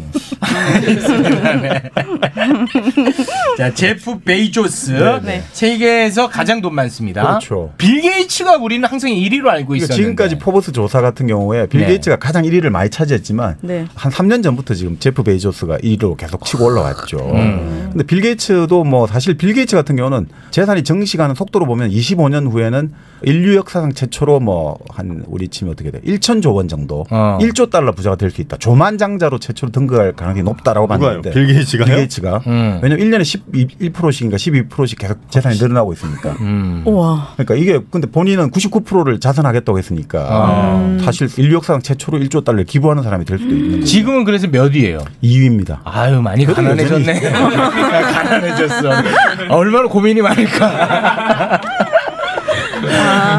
[SPEAKER 4] 자, 제프 베이조스.
[SPEAKER 13] 네, 네.
[SPEAKER 4] 세계에서 가장 돈 많습니다.
[SPEAKER 12] 그렇죠.
[SPEAKER 4] 빌 게이츠가 우리는 항상 1위로 알고
[SPEAKER 12] 그러니까
[SPEAKER 4] 있었는데.
[SPEAKER 12] 지금까지 포브스 조사 같은 경우에 빌
[SPEAKER 4] 네.
[SPEAKER 12] 게이츠가 가장 1위를 많이 차지했지만
[SPEAKER 4] 네.
[SPEAKER 12] 한 3년 전부터 지금 제프 베이조스가 1위로 계속 치고 올라왔죠.
[SPEAKER 4] 음.
[SPEAKER 12] 근데 빌 게이츠도 뭐 사실 빌 게이츠 같은 경우는 재산이 증식하는 속도로 보면 25년 후에는 인류 역사상 최초로 뭐 한 우리 치면 어떻게 돼? 1천조 원 정도,
[SPEAKER 3] 어.
[SPEAKER 12] 1조 달러 부자가 될 수 있다. 조만장자로 최초로 등극할 가능성이 높다라고
[SPEAKER 3] 누가요?
[SPEAKER 12] 봤는데
[SPEAKER 3] 빌 게이츠가요?
[SPEAKER 12] 빌 게이츠가
[SPEAKER 4] 음.
[SPEAKER 12] 왜냐면 1년에 11%씩인가 12%씩 계속 재산이 늘어나고 있으니까.
[SPEAKER 13] 우와.
[SPEAKER 12] 그러니까 이게 근데 본인은 99%를 자선하겠다고 했으니까
[SPEAKER 4] 아. 음.
[SPEAKER 12] 사실 인류 역사상 최초로 1조 달러를 기부하는 사람이 될 수도 있는 거죠.
[SPEAKER 4] 지금은 그래서 몇 위예요?
[SPEAKER 12] 2위입니다.
[SPEAKER 4] 아유 많이 가난해졌네. 가난해졌어. 아, 얼마나 고민이 많을까.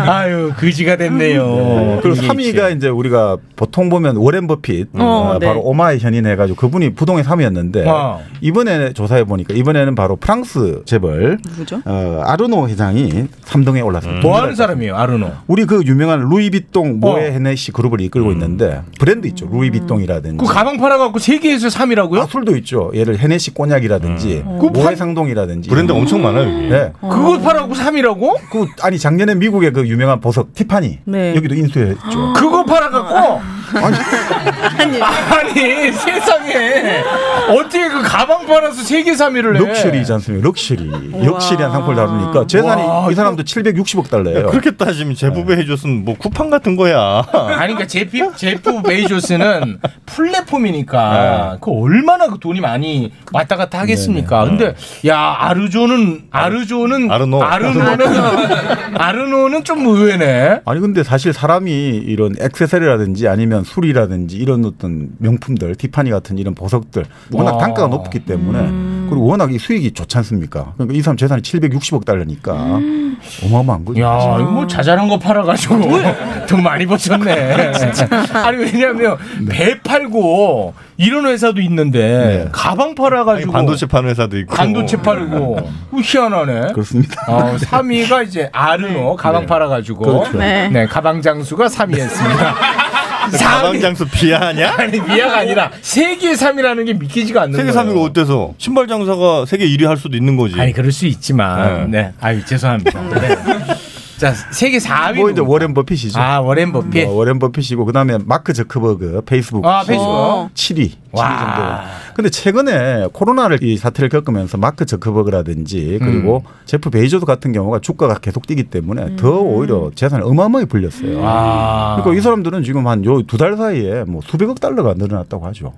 [SPEAKER 4] 아유 그지가 됐네요.
[SPEAKER 12] 그리고
[SPEAKER 4] 빌
[SPEAKER 12] 3위가 이제 우리가 보통 보면 워렌 버핏
[SPEAKER 4] 어,
[SPEAKER 12] 어,
[SPEAKER 4] 네.
[SPEAKER 12] 바로 오마이 현인 해가지고 그분이 부동의 3위였는데
[SPEAKER 4] 와.
[SPEAKER 12] 이번에 조사해 보니까 이번에는 바로 프랑스 재벌
[SPEAKER 13] 누구죠?
[SPEAKER 12] 어, 아르노 회장이 3등에
[SPEAKER 3] 음.
[SPEAKER 12] 올랐습니다.
[SPEAKER 4] 뭐 하는 사람이에요 아르노?
[SPEAKER 12] 우리 그 유명한 루이비통
[SPEAKER 4] 어.
[SPEAKER 12] 모에 헤네시 그룹을
[SPEAKER 3] 음.
[SPEAKER 12] 이끌고 있는데 브랜드 있죠 루이비통이라든지 아,
[SPEAKER 4] 그 가방 팔아갖고 세계에서 3위라고요?
[SPEAKER 12] 술도 있죠 예를 헤네시 꼬냑이라든지
[SPEAKER 4] 그
[SPEAKER 12] 모에 상동이라든지
[SPEAKER 3] 음. 브랜드가 엄청 많아요, 여기.
[SPEAKER 12] 네.
[SPEAKER 4] 그거 팔아갖고 3위라고?
[SPEAKER 12] 그 아니 작년에 미국의 그 유명한 보석 티파니
[SPEAKER 4] 네.
[SPEAKER 12] 여기도 인수했죠.
[SPEAKER 4] 그거 팔아갖고
[SPEAKER 13] 아니
[SPEAKER 4] 어. 아니 세상에 어떻게 그 가방 팔아서 세계 3위를 해?
[SPEAKER 12] 럭셔리지 않습니까? 럭셔리. 역시리한 상품을 다루니까 재산이 이 사람도 760억 달러예요. 네.
[SPEAKER 3] 그렇게 따지면 제부배 해줬으면 뭐 쿠팡 같은 거야.
[SPEAKER 4] 아니 그러니까 제프 제프 베이조스는 플랫폼이니까 그 얼마나 그 돈이 많이 왔다 갔다 하겠습니까? 근데 야 아르조는 네. 아르조는 아르노 아르노는 아르노는 좀 의외네.
[SPEAKER 12] 아니 근데 사실 사람이 이런 액세서리라든지 아니면 술이라든지 이런 어떤 명품들 티파니 같은 이런 보석들 워낙
[SPEAKER 4] 와. 음.
[SPEAKER 12] 단가가 높기 때문에 그리고 워낙 이 수익이 좋지 않습니까? 그러니까 이 사람 재산이 760억 달러니까 어마어마한 거죠.
[SPEAKER 4] 음. 야, 이거 뭐 자잘한 거 팔아가지고 돈 많이 버텼네. 아니 왜냐하면 배 팔고 이런 회사도 있는데 가방 네. 팔아가지고
[SPEAKER 3] 반도체 파는 회사도 있고. 음.
[SPEAKER 4] 반도체 팔고 그거 희한하네.
[SPEAKER 12] 네. 그렇습니다. 네.
[SPEAKER 4] 어, 3위가 이제 아르노 가방 팔아가지고
[SPEAKER 3] 그렇죠.
[SPEAKER 4] 네.
[SPEAKER 3] 네.
[SPEAKER 4] 가방 장수가 3위였습니다.
[SPEAKER 3] 가방 장수 비하하냐?
[SPEAKER 4] 아니 미아가 아니라 세계 3위라는 게 믿기지가 않는
[SPEAKER 3] 세계
[SPEAKER 4] 거예요.
[SPEAKER 3] 3위가 어때서? 신발 장사가 세계 1위 할 수도 있는 거지. 아니
[SPEAKER 4] 그럴 수 있지만. 네. 아유 죄송합니다. 네. 자 세계 4위.
[SPEAKER 12] 뭐 이제 워렌 버핏이죠.
[SPEAKER 4] 아 워렌 버핏.
[SPEAKER 12] 뭐 워렌 버핏이고 그다음에 마크 저크버그 페이스북.
[SPEAKER 4] 아, 페이스북. 어.
[SPEAKER 12] 7위. 7위
[SPEAKER 4] 와.
[SPEAKER 12] 정도. 근데 최근에 코로나를 이 사태를 겪으면서 마크 저크버그라든지 그리고
[SPEAKER 4] 음.
[SPEAKER 12] 제프 베이저스 같은 경우가 주가가 계속 뛰기 때문에 네, 더 오히려 재산을 어마어마하게 불렸어요.
[SPEAKER 4] 와.
[SPEAKER 12] 네. 그러니까 이 사람들은 지금 한 요 두 달 사이에 뭐 수백억 달러가 늘어났다고 하죠.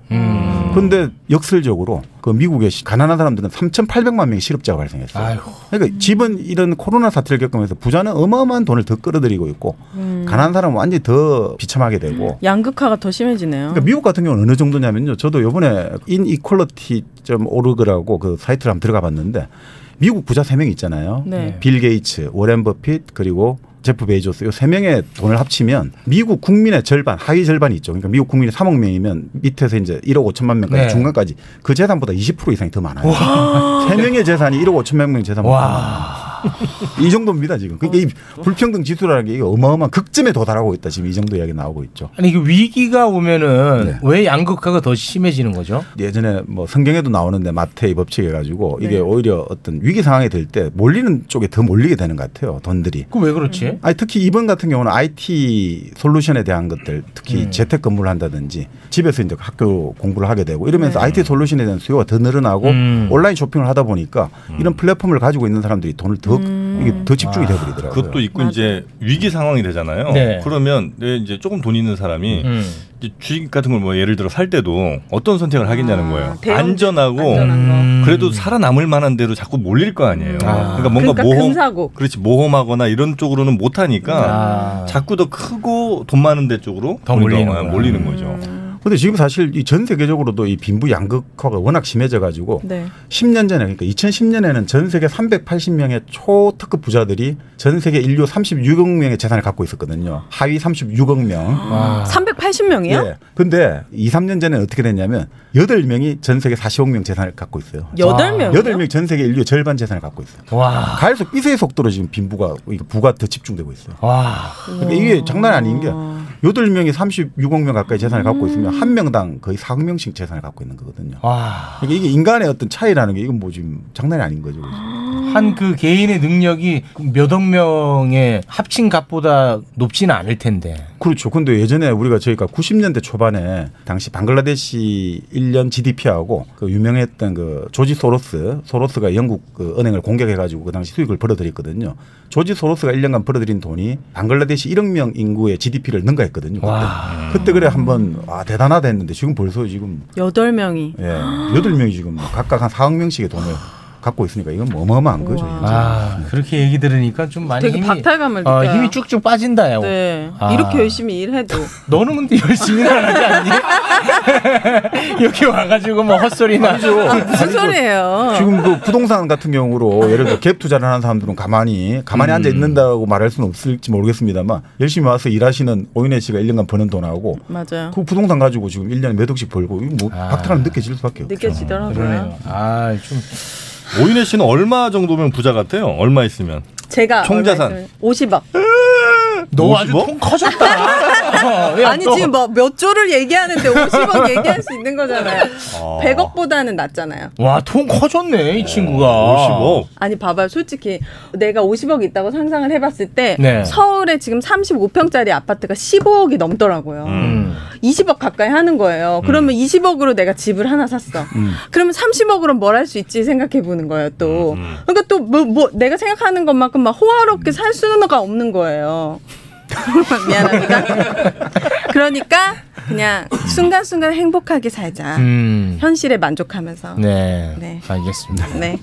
[SPEAKER 12] 근데 역설적으로 그 미국의 시- 가난한 사람들은 3,800만 명의 실업자가 발생했어요. 그러니까 집은 이런 코로나 사태를 겪으면서 부자는 어마어마한 돈을 더 끌어들이고 있고
[SPEAKER 13] 음.
[SPEAKER 12] 가난한 사람은 완전히 더 비참하게 되고
[SPEAKER 13] 양극화가 더 심해지네요.
[SPEAKER 12] 그러니까 미국 같은 경우는 어느 정도냐면요. 저도 요번에 inequality.org라고 그 사이트를 한번 들어가 봤는데 미국 부자 세명이 있잖아요.
[SPEAKER 13] 네.
[SPEAKER 12] 빌 게이츠, 워렌 버핏 그리고 제프 베이조스 요 세 명의 돈을 합치면 미국 국민의 절반, 하위 절반이 있죠. 그러니까 미국 국민이 3억 명이면 밑에서 이제 1억 5천만 명까지
[SPEAKER 4] 네.
[SPEAKER 12] 중간까지 그 재산보다 20% 이상이 더 많아요.
[SPEAKER 13] 음.
[SPEAKER 12] 세 명의 재산이 1억 5천만 명의 재산보다 더 많아요. 이 정도입니다 지금. 그러니까 이 불평등 지수라는 게 이게 어마어마한 극점에 도달하고 있다 지금 이 정도 이야기 나오고 있죠.
[SPEAKER 4] 아니 이게 위기가 오면은 왜 양극화가 더 심해지는 거죠?
[SPEAKER 12] 네. 예전에 뭐 성경에도 나오는데 마태의 법칙 해가지고 이게
[SPEAKER 4] 네.
[SPEAKER 12] 오히려 어떤 위기 상황이 될 때 몰리는 쪽에 더 몰리게 되는 것 같아요 돈들이. 음.
[SPEAKER 4] 그 왜 그렇지?
[SPEAKER 12] 아니 특히 이번 같은 경우는 IT 솔루션에 대한 것들 특히 재택근무를 한다든지 집에서 이제 학교 공부를 하게 되고 이러면서
[SPEAKER 4] 네.
[SPEAKER 12] IT 솔루션에 대한 수요가 더 늘어나고
[SPEAKER 4] 음.
[SPEAKER 12] 온라인 쇼핑을 하다 보니까
[SPEAKER 3] 음.
[SPEAKER 12] 이런 플랫폼을 가지고 있는 사람들이 돈을 더
[SPEAKER 13] 음.
[SPEAKER 12] 이게 더 집중이
[SPEAKER 3] 와.
[SPEAKER 12] 돼버리더라고요.
[SPEAKER 3] 아, 그것도 있고 이제 위기 상황이 되잖아요.
[SPEAKER 12] 네.
[SPEAKER 3] 그러면 내 이제 조금 돈 있는 사람이
[SPEAKER 12] 음.
[SPEAKER 3] 이제 주식 같은 걸 뭐 예를 들어 살 때도 어떤 선택을 하겠냐는 거예요.
[SPEAKER 13] 대형
[SPEAKER 3] 안전하고
[SPEAKER 12] 음.
[SPEAKER 4] 음.
[SPEAKER 3] 그래도 살아남을 만한 데로 자꾸 몰릴 거 아니에요. 그러니까 뭔가
[SPEAKER 13] 그러니까
[SPEAKER 3] 모험
[SPEAKER 13] 금사고.
[SPEAKER 3] 그렇지 모험하거나 이런 쪽으로는 못 하니까
[SPEAKER 12] 아.
[SPEAKER 3] 자꾸 더 크고 돈 많은 데 쪽으로
[SPEAKER 12] 더
[SPEAKER 3] 우리가
[SPEAKER 12] 몰리는 거야.
[SPEAKER 3] 몰리는 거죠.
[SPEAKER 12] 근데 지금 사실 이 전 세계적으로도 이 빈부 양극화가 워낙 심해져 가지고
[SPEAKER 13] 네.
[SPEAKER 12] 10년 전에 그러니까 2010년에는 전 세계 380명의 초특급 부자들이 전 세계 인류 36억 명의 재산을 갖고 있었거든요. 하위 36억
[SPEAKER 13] 아,
[SPEAKER 12] 명. 어,
[SPEAKER 13] 380명이요?
[SPEAKER 12] 예. 근데 2, 3년 전에 어떻게 됐냐면 8명이 전 세계 40억 명 재산을 갖고 있어요.
[SPEAKER 13] 아, 여덟 명이요?
[SPEAKER 12] 8명 전 세계 인류 절반 재산을 갖고 있어요.
[SPEAKER 4] 와.
[SPEAKER 12] 가열속 삐세의 속도로 지금 빈부가 그러니까 부가 더 집중되고 있어요.
[SPEAKER 4] 와.
[SPEAKER 12] 그러니까 이게 장난 아닌 게 8명이 36억 명 가까이 재산을 갖고 있으면 한 명당 거의 4억 명씩 재산을 갖고 있는 거거든요.
[SPEAKER 4] 아. 와.
[SPEAKER 12] 그러니까 이게 인간의 어떤 차이라는 게 이건 뭐 지금 장난이 아닌 거죠. 그죠?
[SPEAKER 4] 한 그 개인의 능력이 몇억 명의 합친 값보다 높지는 않을 텐데.
[SPEAKER 12] 그렇죠. 근데 예전에 우리가 저희가 90년대 초반에 당시 방글라데시 1년 GDP하고 그 유명했던 그 조지 소로스, 소로스가 영국 그 은행을 공격해가지고 그 당시 수익을 벌어들였거든요. 조지 소로스가 1년간 벌어들인 돈이 방글라데시 1억 명 인구의 GDP를 능가했거든요. 그때, 그때 그래 한번 아 대단하다 했는데 지금 벌써 지금
[SPEAKER 13] 여덟 명이.
[SPEAKER 12] 예, 8명이 지금 뭐 각각 한 4억 명씩의 돈을 갖고 있으니까 이건 뭐 어마어마한 거죠.
[SPEAKER 4] 아 그렇게 얘기 들으니까 좀 많이
[SPEAKER 13] 되게
[SPEAKER 4] 힘이
[SPEAKER 13] 박탈감을
[SPEAKER 4] 어,
[SPEAKER 13] 느껴요.
[SPEAKER 4] 힘이 쭉쭉 빠진다요.
[SPEAKER 13] 네.
[SPEAKER 4] 아.
[SPEAKER 13] 이렇게 열심히 일해도.
[SPEAKER 4] 너는 근데 열심히 하지 않니? 여기 와가지고 뭐 헛소리나.
[SPEAKER 13] 무슨
[SPEAKER 3] 어.
[SPEAKER 13] 소리예요?
[SPEAKER 12] 지금 그 부동산 같은 경우로 예를 들어 갭 투자를 하는 사람들은 가만히 가만히 앉아 있는다고 말할 수는 없을지 모르겠습니다만 열심히 와서 일하시는 오인혜 씨가 1년간 버는 돈하고
[SPEAKER 13] 맞아요.
[SPEAKER 12] 그 부동산 가지고 지금 1년에 몇 억씩 벌고 이거 뭐
[SPEAKER 3] 아.
[SPEAKER 12] 박탈감 느껴질 수밖에 없죠.
[SPEAKER 13] 느껴지더라고요.
[SPEAKER 12] 그러네요.
[SPEAKER 4] 아, 좀
[SPEAKER 3] 오인혜 씨는 얼마 정도면 부자 같아요? 얼마 있으면?
[SPEAKER 13] 제가
[SPEAKER 3] 총 재산.
[SPEAKER 13] 50억.
[SPEAKER 3] 너 아주 통
[SPEAKER 4] 커졌다.
[SPEAKER 13] 아니 지금 뭐 몇 조를 얘기하는데 50억 얘기할 수 있는 거잖아요. 100억보다는 낮잖아요.
[SPEAKER 4] 와, 통 커졌네, 이 친구가. 50억.
[SPEAKER 13] 아니 봐봐요. 솔직히 내가 50억 있다고 상상을 해봤을 때
[SPEAKER 4] 네.
[SPEAKER 13] 서울에 지금 35평짜리 아파트가 15억이 넘더라고요.
[SPEAKER 4] 음.
[SPEAKER 13] 20억 가까이 하는 거예요. 그러면 20억으로 내가 집을 하나 샀어.
[SPEAKER 4] 음.
[SPEAKER 13] 그러면 30억으로 뭘 할 수 있지 생각해 보는 거예요,
[SPEAKER 4] 음,
[SPEAKER 13] 또. 그러니까 또 뭐 내가 생각하는 것만큼 막 호화롭게 살 수는 없는 거예요. 미안합니다. 그러니까 그냥 순간순간 행복하게 살자.
[SPEAKER 4] 음.
[SPEAKER 13] 현실에 만족하면서.
[SPEAKER 4] 네.
[SPEAKER 13] 네.
[SPEAKER 4] 알겠습니다.
[SPEAKER 13] 네.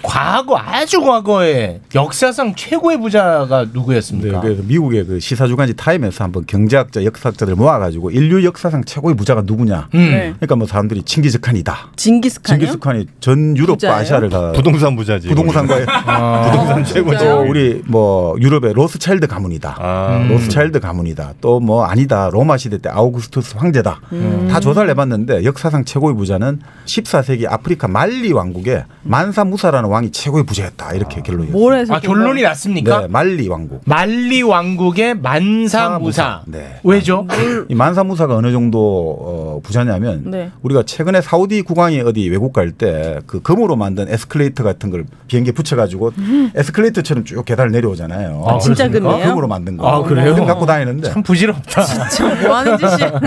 [SPEAKER 4] 과거 아주 과거에 역사상 최고의 부자가 누구였습니까?
[SPEAKER 12] 그래서 미국의 그 시사주간지 타임에서 한번 경제학자, 역사학자들 모아가지고 인류 역사상 최고의 부자가 누구냐.
[SPEAKER 4] 음.
[SPEAKER 13] 네.
[SPEAKER 12] 그러니까 뭐 사람들이 징기즈칸이다.
[SPEAKER 13] 징기스칸이요?
[SPEAKER 12] 징기스칸이 전 유럽과
[SPEAKER 13] 부자예요?
[SPEAKER 12] 아시아를 다
[SPEAKER 3] 부동산 부자지.
[SPEAKER 12] 부동산과 아,
[SPEAKER 3] 부동산 최고죠.
[SPEAKER 12] 또 우리
[SPEAKER 5] 어,
[SPEAKER 12] 뭐 유럽의 로스차일드 가문이다.
[SPEAKER 3] 음.
[SPEAKER 12] 아, 로스차일드 가문이다. 또 뭐 아니다. 로마 시대 때 아우구스투스 황제다.
[SPEAKER 3] 음.
[SPEAKER 12] 다 조사를 해봤는데 역사상 최고의 부자는 14세기 아프리카 말리 왕국의 만사 무사라는 왕이 최고의 부자였다 이렇게 결론이.
[SPEAKER 4] 뭘 해서 아, 결론이 났습니까?
[SPEAKER 12] 네, 말리 왕국.
[SPEAKER 4] 말리 왕국의 만사무사. 네. 왜죠?
[SPEAKER 12] 이 만사무사가 어느 정도 어, 부자냐면
[SPEAKER 4] 네.
[SPEAKER 12] 우리가 최근에 사우디 국왕이 어디 외국 갈 때 그 금으로 만든 에스컬레이터 같은 걸 비행기에 붙여가지고 에스컬레이터처럼 쭉 계단을 내려오잖아요.
[SPEAKER 4] 음. 아, 진짜
[SPEAKER 12] 그거
[SPEAKER 4] 금이에요?
[SPEAKER 12] 금으로 만든 거.
[SPEAKER 4] 아, 그래요?
[SPEAKER 12] 그건 갖고
[SPEAKER 3] 네.
[SPEAKER 12] 다니는데. 참
[SPEAKER 4] 부질없다.
[SPEAKER 12] 진짜
[SPEAKER 13] 뭐 하는 짓이야.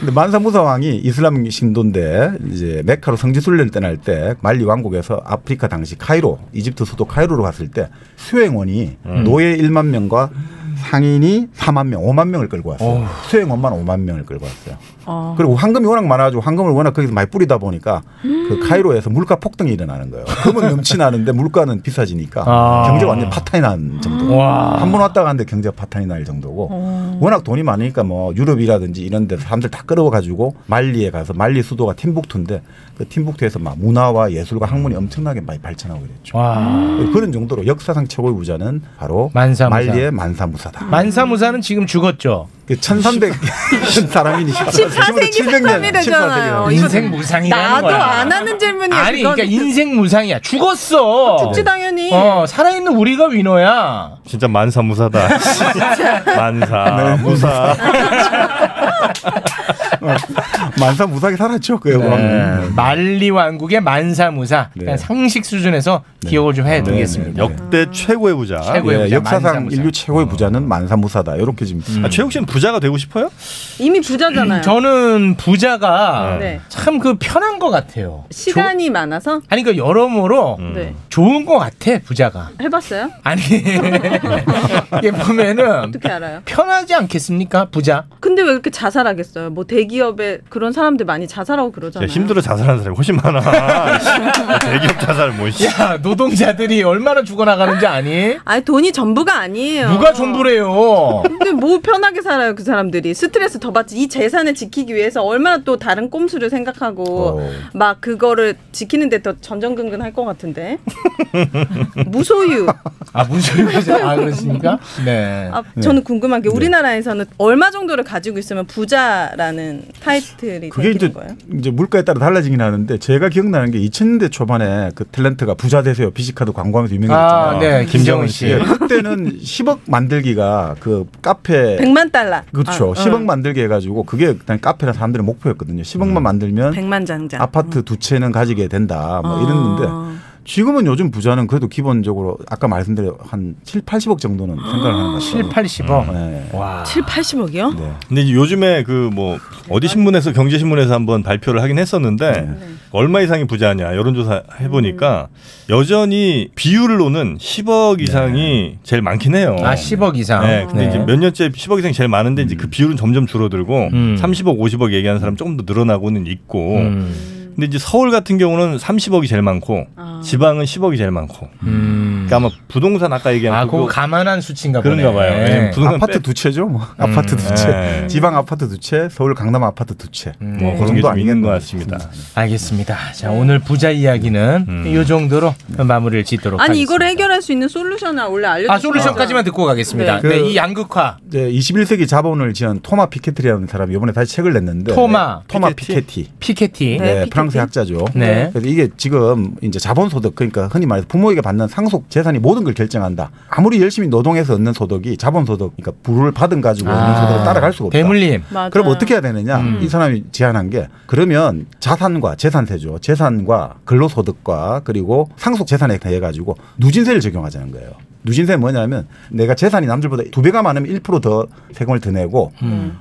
[SPEAKER 12] 근데 만사무사 왕이 이슬람 신도인데 이제 메카로 성지 순례를 떠날 때 말리 왕국에서 아프리카 당시 카이로 이집트 수도 카이로로 갔을 때 수행원이 노예 1만 명과 상인이 4만 명, 5만 명을 끌고 왔어요. 수행원만 5만 명을 끌고 왔어요. 그리고 황금이 워낙 많아가지고 황금을 워낙 거기서 많이 뿌리다 보니까 그 카이로에서 물가 폭등이 일어나는 거예요. 금은 넘치나는데 물가는 비싸지니까
[SPEAKER 4] 아.
[SPEAKER 12] 경제가 완전 파탄이 난 정도.
[SPEAKER 4] 와.
[SPEAKER 12] 한 번 왔다 갔는데 경제가 파탄이 날 정도고
[SPEAKER 4] 어.
[SPEAKER 12] 워낙 돈이 많으니까 뭐 유럽이라든지 이런 데 사람들 다 끌어가지고 말리에 가서 말리 수도가 팀북투인데 그 팀북투에서 막 문화와 예술과 학문이 엄청나게 많이 발전하고 그랬죠. 그런 정도로 역사상 최고의 부자는 바로
[SPEAKER 4] 만사무사.
[SPEAKER 12] 말리의 만사무사다.
[SPEAKER 4] 만사무사는 지금 죽었죠.
[SPEAKER 12] 그 1300 사람이니
[SPEAKER 13] 14세기 사람이 되잖아요. 어, 이거
[SPEAKER 4] 인생 무상이라는
[SPEAKER 13] 나도
[SPEAKER 4] 거야.
[SPEAKER 13] 안 하는 질문이야.
[SPEAKER 4] 아니,
[SPEAKER 13] 그건.
[SPEAKER 4] 그러니까 인생 무상이야. 죽었어.
[SPEAKER 13] 죽지 당연히.
[SPEAKER 4] 어, 살아있는 우리가 위너야.
[SPEAKER 3] 진짜 만사무사다.
[SPEAKER 12] 네.
[SPEAKER 3] 만사 무사.
[SPEAKER 12] 만사무사하게 살았죠. 그
[SPEAKER 4] 네. 말리 왕국의 만사무사.
[SPEAKER 12] 네.
[SPEAKER 4] 그냥 상식 수준에서 기억을 좀 해두겠습니다.
[SPEAKER 3] 역대 최고의 부자. 예.
[SPEAKER 4] 최고의 부자,
[SPEAKER 12] 네, 역사상
[SPEAKER 4] 만사무사.
[SPEAKER 12] 인류 최고의 부자는 만사무사다. 이렇게 지금
[SPEAKER 3] 아, 최욱 씨는 부자가 되고 싶어요?
[SPEAKER 13] 이미 부자잖아요.
[SPEAKER 4] 저는 부자가
[SPEAKER 13] 네.
[SPEAKER 4] 참 그 편한 것 같아요.
[SPEAKER 13] 시간이 많아서
[SPEAKER 4] 아니 그 여러모로
[SPEAKER 12] 음.
[SPEAKER 13] 네.
[SPEAKER 4] 좋은 것 같아 부자가.
[SPEAKER 13] 해봤어요?
[SPEAKER 4] 아니 이게 보면은
[SPEAKER 13] 어떻게 알아요?
[SPEAKER 4] 편하지 않겠습니까 부자?
[SPEAKER 13] 근데 왜 그렇게 자살하겠어요? 뭐 대기업에 그런 사람들 많이 자살하고
[SPEAKER 3] 야,
[SPEAKER 13] 그러잖아요.
[SPEAKER 3] 힘들어 자살하는 사람이 훨씬 많아. 대기업 자살 뭐. 씨.
[SPEAKER 4] 야 노동자들이 얼마나 죽어나가는지 아니?
[SPEAKER 13] 아니 돈이 전부가 아니에요.
[SPEAKER 4] 누가 전부래요?
[SPEAKER 13] 근데 뭐 편하게 살아요 그 사람들이 스트레스 더 받지 이 재산을 지키기 위해서 얼마나 또 다른 꼼수를 생각하고
[SPEAKER 12] 어.
[SPEAKER 13] 막 그거를 지키는데 더 전전긍긍 할 것 같은데 무소유
[SPEAKER 4] 아 무슨 소리세요? 아 그렇습니까? 네.
[SPEAKER 13] 아, 저는 궁금한 게 우리나라에서는 얼마 정도를 가지고 있으면 부자라는 타이틀이
[SPEAKER 12] 그게
[SPEAKER 13] 되는
[SPEAKER 12] 이제,
[SPEAKER 13] 거예요?
[SPEAKER 12] 이제 물가에 따라 달라지긴 하는데 제가 기억나는 게 2000년대 초반에 그 탤런트가 부자 되세요 비시카드 광고하면서 유명해졌잖아요.
[SPEAKER 4] 아, 네, 김정은 씨.
[SPEAKER 12] 예, 그때는 10억 만들기가 그 카페
[SPEAKER 13] 100만 달러.
[SPEAKER 12] 그렇죠.
[SPEAKER 13] 아,
[SPEAKER 12] 10억
[SPEAKER 13] 응. 음.
[SPEAKER 12] 만들기 해가지고 그게 일단 카페나 사람들의 목표였거든요. 10억만 만들면
[SPEAKER 13] 100만 장자.
[SPEAKER 12] 아파트 두 채는 가지게 된다. 뭐
[SPEAKER 13] 아.
[SPEAKER 12] 이랬는데 지금은 요즘 부자는 그래도 기본적으로 아까 말씀드린 한 7, 80억 정도는 생각을 하는 것 같아요.
[SPEAKER 4] 7, 80억. 와.
[SPEAKER 13] 7, 80억이요?
[SPEAKER 12] 네.
[SPEAKER 3] 근데 이제 요즘에 그 뭐 어디 신문에서 경제 신문에서 한번 발표를 하긴 했었는데 얼마 이상이 부자냐 여론조사 해보니까 여전히 비율로는 10억 이상이 제일 많긴 해요.
[SPEAKER 4] 아 10억 이상.
[SPEAKER 3] 네, 근데 이제 몇 년째 10억 이상이 제일 많은데 이제 그 비율은 점점 줄어들고
[SPEAKER 4] 음.
[SPEAKER 3] 30억, 50억 얘기하는 사람 조금 더 늘어나고는 있고.
[SPEAKER 4] 음.
[SPEAKER 3] 근데 이제 서울 같은 경우는 30억이 제일 많고 지방은 10억이 제일 많고. 그러니까 아마 부동산 아까 얘기한
[SPEAKER 4] 음. 아
[SPEAKER 3] 그거
[SPEAKER 4] 그거 감안한 수치인가 보네.
[SPEAKER 3] 그런가 봐요. 왜냐면 부동산 예,
[SPEAKER 12] 아파트 두 채죠. 뭐.
[SPEAKER 3] 음.
[SPEAKER 12] 아파트 두 채,
[SPEAKER 4] 네.
[SPEAKER 12] 지방 아파트 두 채, 서울 강남 아파트 두 채.
[SPEAKER 4] 네.
[SPEAKER 12] 뭐 그런 음. 정도
[SPEAKER 3] 음. 좀 있는
[SPEAKER 12] 아니겠는
[SPEAKER 3] 것 같습니다.
[SPEAKER 4] 알겠습니다. 자 오늘 부자 이야기는 이 정도로 마무리를 짓도록
[SPEAKER 13] 아니
[SPEAKER 4] 하겠습니다.
[SPEAKER 13] 이걸 해결할 수 있는 솔루션을 원래 알려주세요.
[SPEAKER 4] 아 솔루션까지만 듣고 가겠습니다.
[SPEAKER 12] 네.
[SPEAKER 4] 네,
[SPEAKER 12] 그-
[SPEAKER 4] 이 양극화.
[SPEAKER 12] 이제 21세기 자본을 지은 토마 피케티라는 사람이 이번에 다시 책을 냈는데
[SPEAKER 4] 토마.
[SPEAKER 12] 토마 피케티
[SPEAKER 4] 피케티.
[SPEAKER 12] 네, 프랑스 학자죠.
[SPEAKER 4] 네.
[SPEAKER 12] 그래서 이게 지금 이제 자본 소득 그러니까 흔히 말해서 부모에게 받는 상속 재산이 모든 걸 결정한다. 아무리 열심히 노동해서 얻는 소득이 자본 소득 그러니까 부를 받은 가지고 얻는
[SPEAKER 4] 아,
[SPEAKER 12] 소득을 따라갈 수가 없다.
[SPEAKER 4] 대물림.
[SPEAKER 12] 그럼 어떻게 해야 되느냐?
[SPEAKER 4] 음.
[SPEAKER 12] 이 사람이 제안한 게 그러면 자산과 재산세죠. 재산과 근로소득과 그리고 상속 재산에 대해 가지고 누진세를 적용하자는 거예요. 누진세 뭐냐면 내가 재산이 남들보다 두 배가 많으면 1%더 세금을 더 내고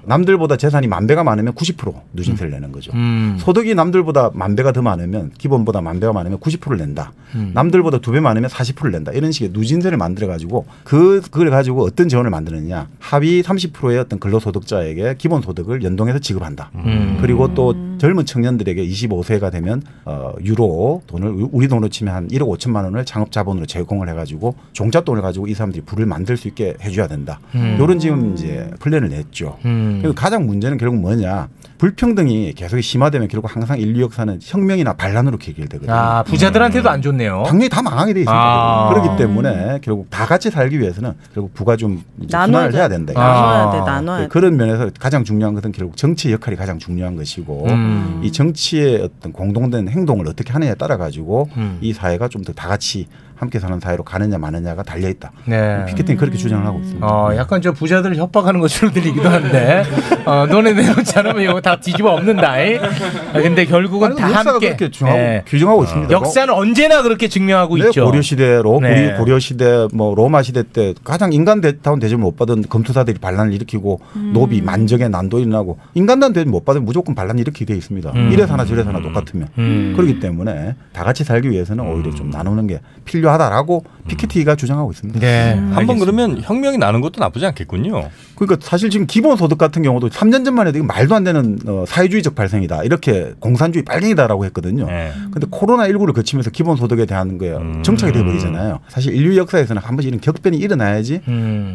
[SPEAKER 12] 남들보다 재산이 만 배가 많으면 90% 누진세를 내는 거죠.
[SPEAKER 4] 음.
[SPEAKER 12] 소득이 남들보다 만 배가 더 많으면 기본보다 만 배가 많으면 90%를 낸다.
[SPEAKER 4] 음.
[SPEAKER 12] 남들보다 두 배 많으면 40%를 낸다. 이런 식의 누진세를 만들어 가지고 그 그걸 가지고 어떤 재원을 만드느냐. 합이 30%의 어떤 근로소득자에게 기본소득을 연동해서 지급한다.
[SPEAKER 4] 음.
[SPEAKER 12] 그리고 또 젊은 청년들에게 25세가 되면 어 유로 돈을 우- 우리 돈으로 치면 한 1억 5천만 원을 창업 자본으로 제공을 해 가지고 종잣돈을 가지고 이 사람들이 불을 만들 수 있게 해 줘야 된다.
[SPEAKER 4] 음.
[SPEAKER 12] 요런 지금 이제 플랜을 냈죠.
[SPEAKER 4] 음.
[SPEAKER 12] 그리고 가장 문제는 결국 뭐냐 불평등이 계속 심화되면 결국 항상 인류 역사는 혁명이나 반란으로 길게되거든요.
[SPEAKER 4] 아 부자들한테도 안 좋네요.
[SPEAKER 12] 당연히 다 망하게 돼 있습니다.
[SPEAKER 4] 아.
[SPEAKER 12] 그렇기 때문에 결국 다 같이 살기 위해서는 결국 부가 좀 이제
[SPEAKER 13] 나눠야
[SPEAKER 12] 분할을
[SPEAKER 13] 돼.
[SPEAKER 4] 아.
[SPEAKER 12] 해야 된다.
[SPEAKER 4] 나눠야 돼,
[SPEAKER 13] 나눠야 돼.
[SPEAKER 12] 그런 면에서 가장 중요한 것은 결국 정치의 역할이 가장 중요한 것이고
[SPEAKER 4] 음.
[SPEAKER 12] 이 정치의 어떤 공동된 행동을 어떻게 하느냐에 따라 가지고
[SPEAKER 4] 음.
[SPEAKER 12] 이 사회가 좀 더 다 같이 함께 사는 사회로 가느냐 마느냐가 달려 있다.
[SPEAKER 4] 네.
[SPEAKER 12] 피켓팅이 그렇게 주장을 하고 있습니다.
[SPEAKER 4] 어, 약간 저 부자들을 협박하는 것으로 들리기도 한데, 어, 너네 내놓지 않으면 이거 다 뒤집어 엎는다. 아이. 아, 근데 결국은
[SPEAKER 12] 아니,
[SPEAKER 4] 다
[SPEAKER 12] 역사가
[SPEAKER 4] 함께.
[SPEAKER 12] 그렇게 중하고,
[SPEAKER 4] 네.
[SPEAKER 12] 규정하고
[SPEAKER 3] 아.
[SPEAKER 12] 있습니다.
[SPEAKER 4] 역사는 언제나 그렇게 증명하고
[SPEAKER 12] 네,
[SPEAKER 4] 있죠.
[SPEAKER 12] 고려 시대로
[SPEAKER 4] 네.
[SPEAKER 12] 우리 고려 시대 뭐 로마 시대 때 가장 인간다운 대접을 못 받은 검투사들이 반란을 일으키고 노비 만정의 난도 일어나고 인간다운 대접 못 받으면 무조건 반란 일으키게 돼 있습니다.
[SPEAKER 14] 음.
[SPEAKER 12] 이래 사나 저래 사나 똑같으면 그렇기 때문에 다 같이 살기 위해서는
[SPEAKER 3] 음.
[SPEAKER 12] 오히려 좀 나누는 게 필요하다라고
[SPEAKER 14] 음.
[SPEAKER 12] 피케티가 주장하고 있습니다.
[SPEAKER 4] 네. 음.
[SPEAKER 3] 한번 그러면 혁명이 나는 것도 나쁘지 않겠군요.
[SPEAKER 12] 그러니까 사실 지금 기본소득 같은 경우도 3년 전만 해도 이거 말도 안 되는 어, 사회주의적 발생이다 이렇게 공산주의 빨갱이다라고 했거든요.
[SPEAKER 3] 예.
[SPEAKER 12] 근데 코로나 19를 거치면서 기본소득에 대한 거에
[SPEAKER 3] 음.
[SPEAKER 12] 정착이 돼버리잖아요. 사실 인류 역사에서는 한 번씩 이런 격변이 일어나야지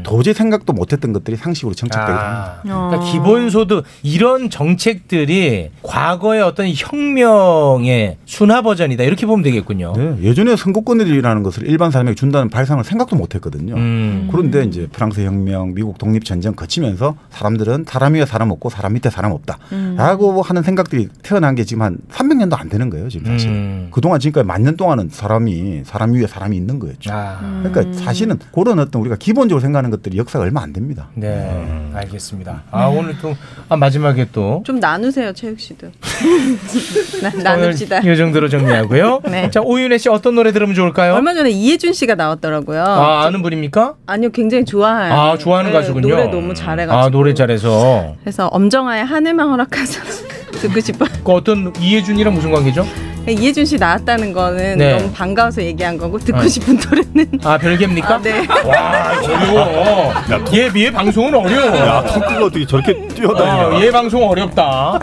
[SPEAKER 12] 도저히 생각도 못했던 것들이 상식으로 정착되게 됩니다.
[SPEAKER 4] 음. 그러니까 기본소득 이런 정책들이 과거의 어떤 혁명의 순화 버전이다 이렇게 보면 되겠군요.
[SPEAKER 12] 네, 예전에 선거권이라는 것을 일반 사람에게 준다는 발상을 생각도 못했거든요.
[SPEAKER 4] 음.
[SPEAKER 12] 그런데 이제 프랑스 혁명, 미국 독립 전쟁 거치면서 사람들은 사람 위에 사람 없고 사람 밑에 사람
[SPEAKER 14] 음.
[SPEAKER 12] 없다라고 하는 생각들이 태어난 게 지금 한 300년도 안 되는 거예요. 지금 사실
[SPEAKER 4] 음.
[SPEAKER 12] 그동안 지금까지 만 년 동안은 사람이 사람 위에 사람이 있는 거였죠.
[SPEAKER 4] 아.
[SPEAKER 12] 그러니까 사실은 그런 어떤 우리가 기본적으로 생각하는 것들이 역사가 얼마 안 됩니다.
[SPEAKER 4] 네,
[SPEAKER 3] 음.
[SPEAKER 4] 알겠습니다. 아 오늘 또 아, 마지막에 또
[SPEAKER 13] 좀 나누세요, 최욱 씨도. 나- 나눕시다.
[SPEAKER 4] 오늘 이 정도로 정리하고요.
[SPEAKER 13] 네.
[SPEAKER 4] 자 오윤혜 씨 어떤 노래 들으면 좋을까요?
[SPEAKER 13] 얼마 전에 이해준 씨가 나왔더라고요.
[SPEAKER 4] 아 아는 분입니까?
[SPEAKER 13] 아니요, 굉장히 좋아해요.
[SPEAKER 4] 아 좋아하는
[SPEAKER 13] 네,
[SPEAKER 4] 가수군요.
[SPEAKER 13] 노래 너무 잘해가지고.
[SPEAKER 4] 아 노래 잘해서.
[SPEAKER 13] 그래서 엄정아의 하늘만 허락하자 듣고 싶어.
[SPEAKER 4] 그 어떤 이해준이랑 무슨 관계죠?
[SPEAKER 13] 이해준 씨 나왔다는 거는
[SPEAKER 4] 네.
[SPEAKER 13] 너무 반가워서 얘기한 거고 듣고
[SPEAKER 4] 아.
[SPEAKER 13] 싶은 노래.
[SPEAKER 4] 아 별개입니까?
[SPEAKER 13] 아, 네.
[SPEAKER 4] 와 어려워. 얘 미의 방송은 어려워.
[SPEAKER 3] 야, 토크가 어떻게 저렇게
[SPEAKER 12] 아,
[SPEAKER 3] 뛰어다니냐.
[SPEAKER 12] 예.
[SPEAKER 4] 어, 얘 방송 어렵다.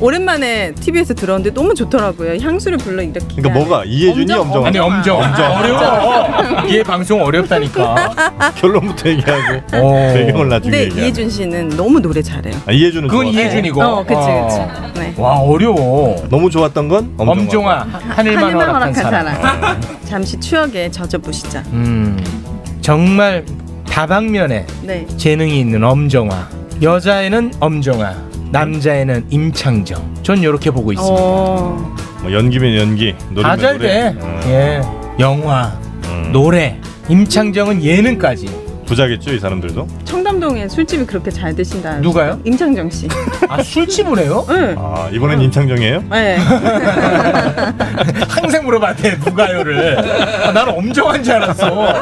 [SPEAKER 13] 오랜만에 TV에서 들었는데 너무 좋더라고요. 향수를 불러 이렇게.
[SPEAKER 3] 그러니까 뭐가 이해준이 엄정
[SPEAKER 4] 아니 네. 엄정.
[SPEAKER 3] 엄정.
[SPEAKER 4] 어려워. 얘 방송 어렵다니까.
[SPEAKER 3] 결론부터
[SPEAKER 4] 아.
[SPEAKER 3] 얘기하고
[SPEAKER 4] 어.
[SPEAKER 3] 배경을 나중에
[SPEAKER 13] 근데
[SPEAKER 3] 얘기하고.
[SPEAKER 13] 이해준 씨는 너무 노래 잘해요.
[SPEAKER 3] 아, 이해준은
[SPEAKER 4] 그건
[SPEAKER 3] 좋았어.
[SPEAKER 4] 이해준이고.
[SPEAKER 13] 어, 그치, 그치. 네.
[SPEAKER 4] 와 어려워.
[SPEAKER 3] 너무 좋았던 건 엄정화.
[SPEAKER 4] 엄정화 하늘만, 허락한 사람.
[SPEAKER 13] 잠시 추억에 젖어 보시자.
[SPEAKER 4] 음 정말 다방면에
[SPEAKER 13] 네.
[SPEAKER 4] 재능이 있는 엄정화. 여자에는 엄정화, 남자에는 임창정. 전 이렇게 보고 있습니다.
[SPEAKER 13] 어.
[SPEAKER 3] 뭐 연기면 연기, 노래면 음,
[SPEAKER 4] 다잘
[SPEAKER 3] 노래. 어. 음.
[SPEAKER 4] 돼. 예. 영화, 노래, 임창정은 예능까지.
[SPEAKER 3] 부자겠죠 이 사람들도.
[SPEAKER 13] 청담동에 술집이 그렇게 잘 드신다.
[SPEAKER 3] 누가요?
[SPEAKER 13] 임창정 씨.
[SPEAKER 4] 아 술집을 해요?
[SPEAKER 13] 응.
[SPEAKER 3] 아 이번엔 임창정이에요?
[SPEAKER 4] 아.
[SPEAKER 13] 네.
[SPEAKER 4] 항상 물어봐야 돼 누가요를. 아, 나는 엄정한 줄 알았어.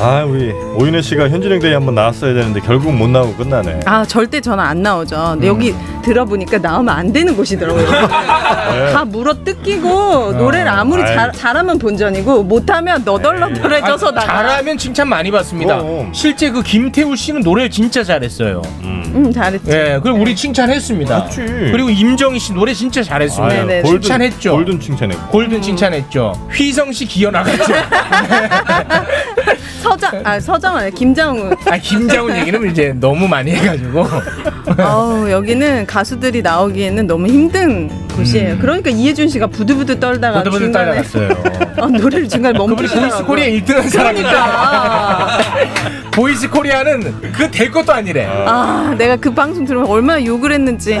[SPEAKER 3] 아 우리 오윤혜 씨가 현진영 대회 한번 나왔어야 되는데 결국 못 나오고 끝나네.
[SPEAKER 13] 아 절대 저는 안 나오죠. 근데
[SPEAKER 3] 음.
[SPEAKER 13] 여기 들어보니까 나오면 안 되는 곳이더라고요. 다 물어 뜯기고 노래를 아무리
[SPEAKER 4] 네. 아이.
[SPEAKER 13] 잘, 잘하면 본전이고 못하면 너덜너덜해져서
[SPEAKER 4] 아,
[SPEAKER 13] 나가.
[SPEAKER 4] 잘하면 칭찬 많이 받습니다. 실제 그 김태우 씨는 노래 진짜 잘했어요.
[SPEAKER 13] 음 잘했지.
[SPEAKER 4] 예, 그리고 우리 칭찬했습니다.
[SPEAKER 13] 맞지.
[SPEAKER 4] 그리고 임정희 씨 노래 진짜 잘했습니다.
[SPEAKER 3] 아유, 네네. 골든-
[SPEAKER 4] 칭찬했죠.
[SPEAKER 3] 골든 칭찬했고.
[SPEAKER 4] 골든 칭찬했죠. 휘성 씨 기어 나갔죠.
[SPEAKER 13] 서장 아 서장 아니 김장훈.
[SPEAKER 4] 아 김장훈 얘기는 이제 너무 많이 해가지고.
[SPEAKER 13] 아우 여기는 가수들이 나오기에는 너무 힘든
[SPEAKER 4] 음.
[SPEAKER 13] 곳이에요. 그러니까 이해준 씨가 부들부들 떨다가
[SPEAKER 4] 보드보드
[SPEAKER 13] 아, 중간에
[SPEAKER 4] 따라갔어요.
[SPEAKER 13] 어, 노래를 중간에
[SPEAKER 4] 그분이
[SPEAKER 13] 멈추시더라고요.
[SPEAKER 4] 보이스 코리아 1등한 사람이니까.
[SPEAKER 13] 그러니까.
[SPEAKER 4] 보이스 코리아는 그 될 것도 아니래.
[SPEAKER 13] 아 내가 그 방송 들으면 얼마나 욕을 했는지.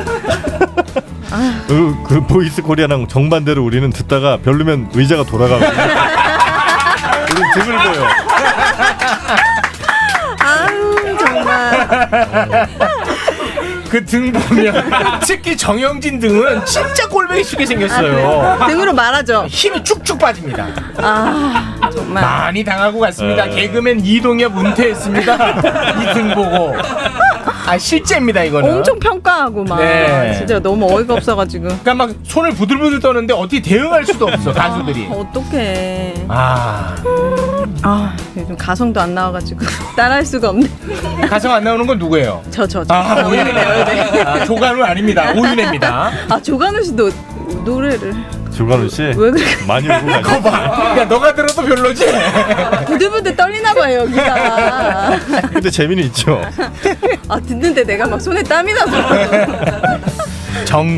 [SPEAKER 3] 그, 그 보이스 코리아랑 정반대로 우리는 듣다가 별로면 의자가 돌아가고. 우리 등을 보여.
[SPEAKER 13] 아유 정말.
[SPEAKER 4] 그 등 보면 특히 정영진 등은 진짜 꼴보기 쉽게 생겼어요.
[SPEAKER 13] 아, 등으로 말하죠.
[SPEAKER 4] 힘이 쭉쭉 빠집니다.
[SPEAKER 13] 아 정말.
[SPEAKER 4] 많이 당하고 갔습니다.
[SPEAKER 13] 에.
[SPEAKER 4] 개그맨 이동엽 은퇴했습니다. 이 등 보고. 아 실제입니다 이거는.
[SPEAKER 13] 엄청 평가하고 막
[SPEAKER 4] 네.
[SPEAKER 13] 진짜 너무 어이가 없어가지고
[SPEAKER 4] 그러니까 막 손을 부들부들 떠는데 어떻게 대응할 수도 없어 가수들이.
[SPEAKER 13] 어떡해
[SPEAKER 4] 아
[SPEAKER 13] 아 요즘 가성도 안 나와가지고 따라할 수가 없네
[SPEAKER 4] 가성 안 나오는 건 누구예요?
[SPEAKER 13] 저 저저 네,
[SPEAKER 4] 아 오윤혜. 아, 조간우 아닙니다. 오윤혜입니다.
[SPEAKER 13] 아 조관우 씨도 노래를
[SPEAKER 3] 조관우 씨.
[SPEAKER 13] 왜 그렇게-
[SPEAKER 3] 많이 울고 가네.
[SPEAKER 4] 거봐. 야 너가 들어도 별로지.
[SPEAKER 13] 부들부들 떨리나 봐요 여기가
[SPEAKER 3] 근데 재미는 있죠.
[SPEAKER 13] 아 듣는데 내가 막 손에 땀이 나서
[SPEAKER 4] 정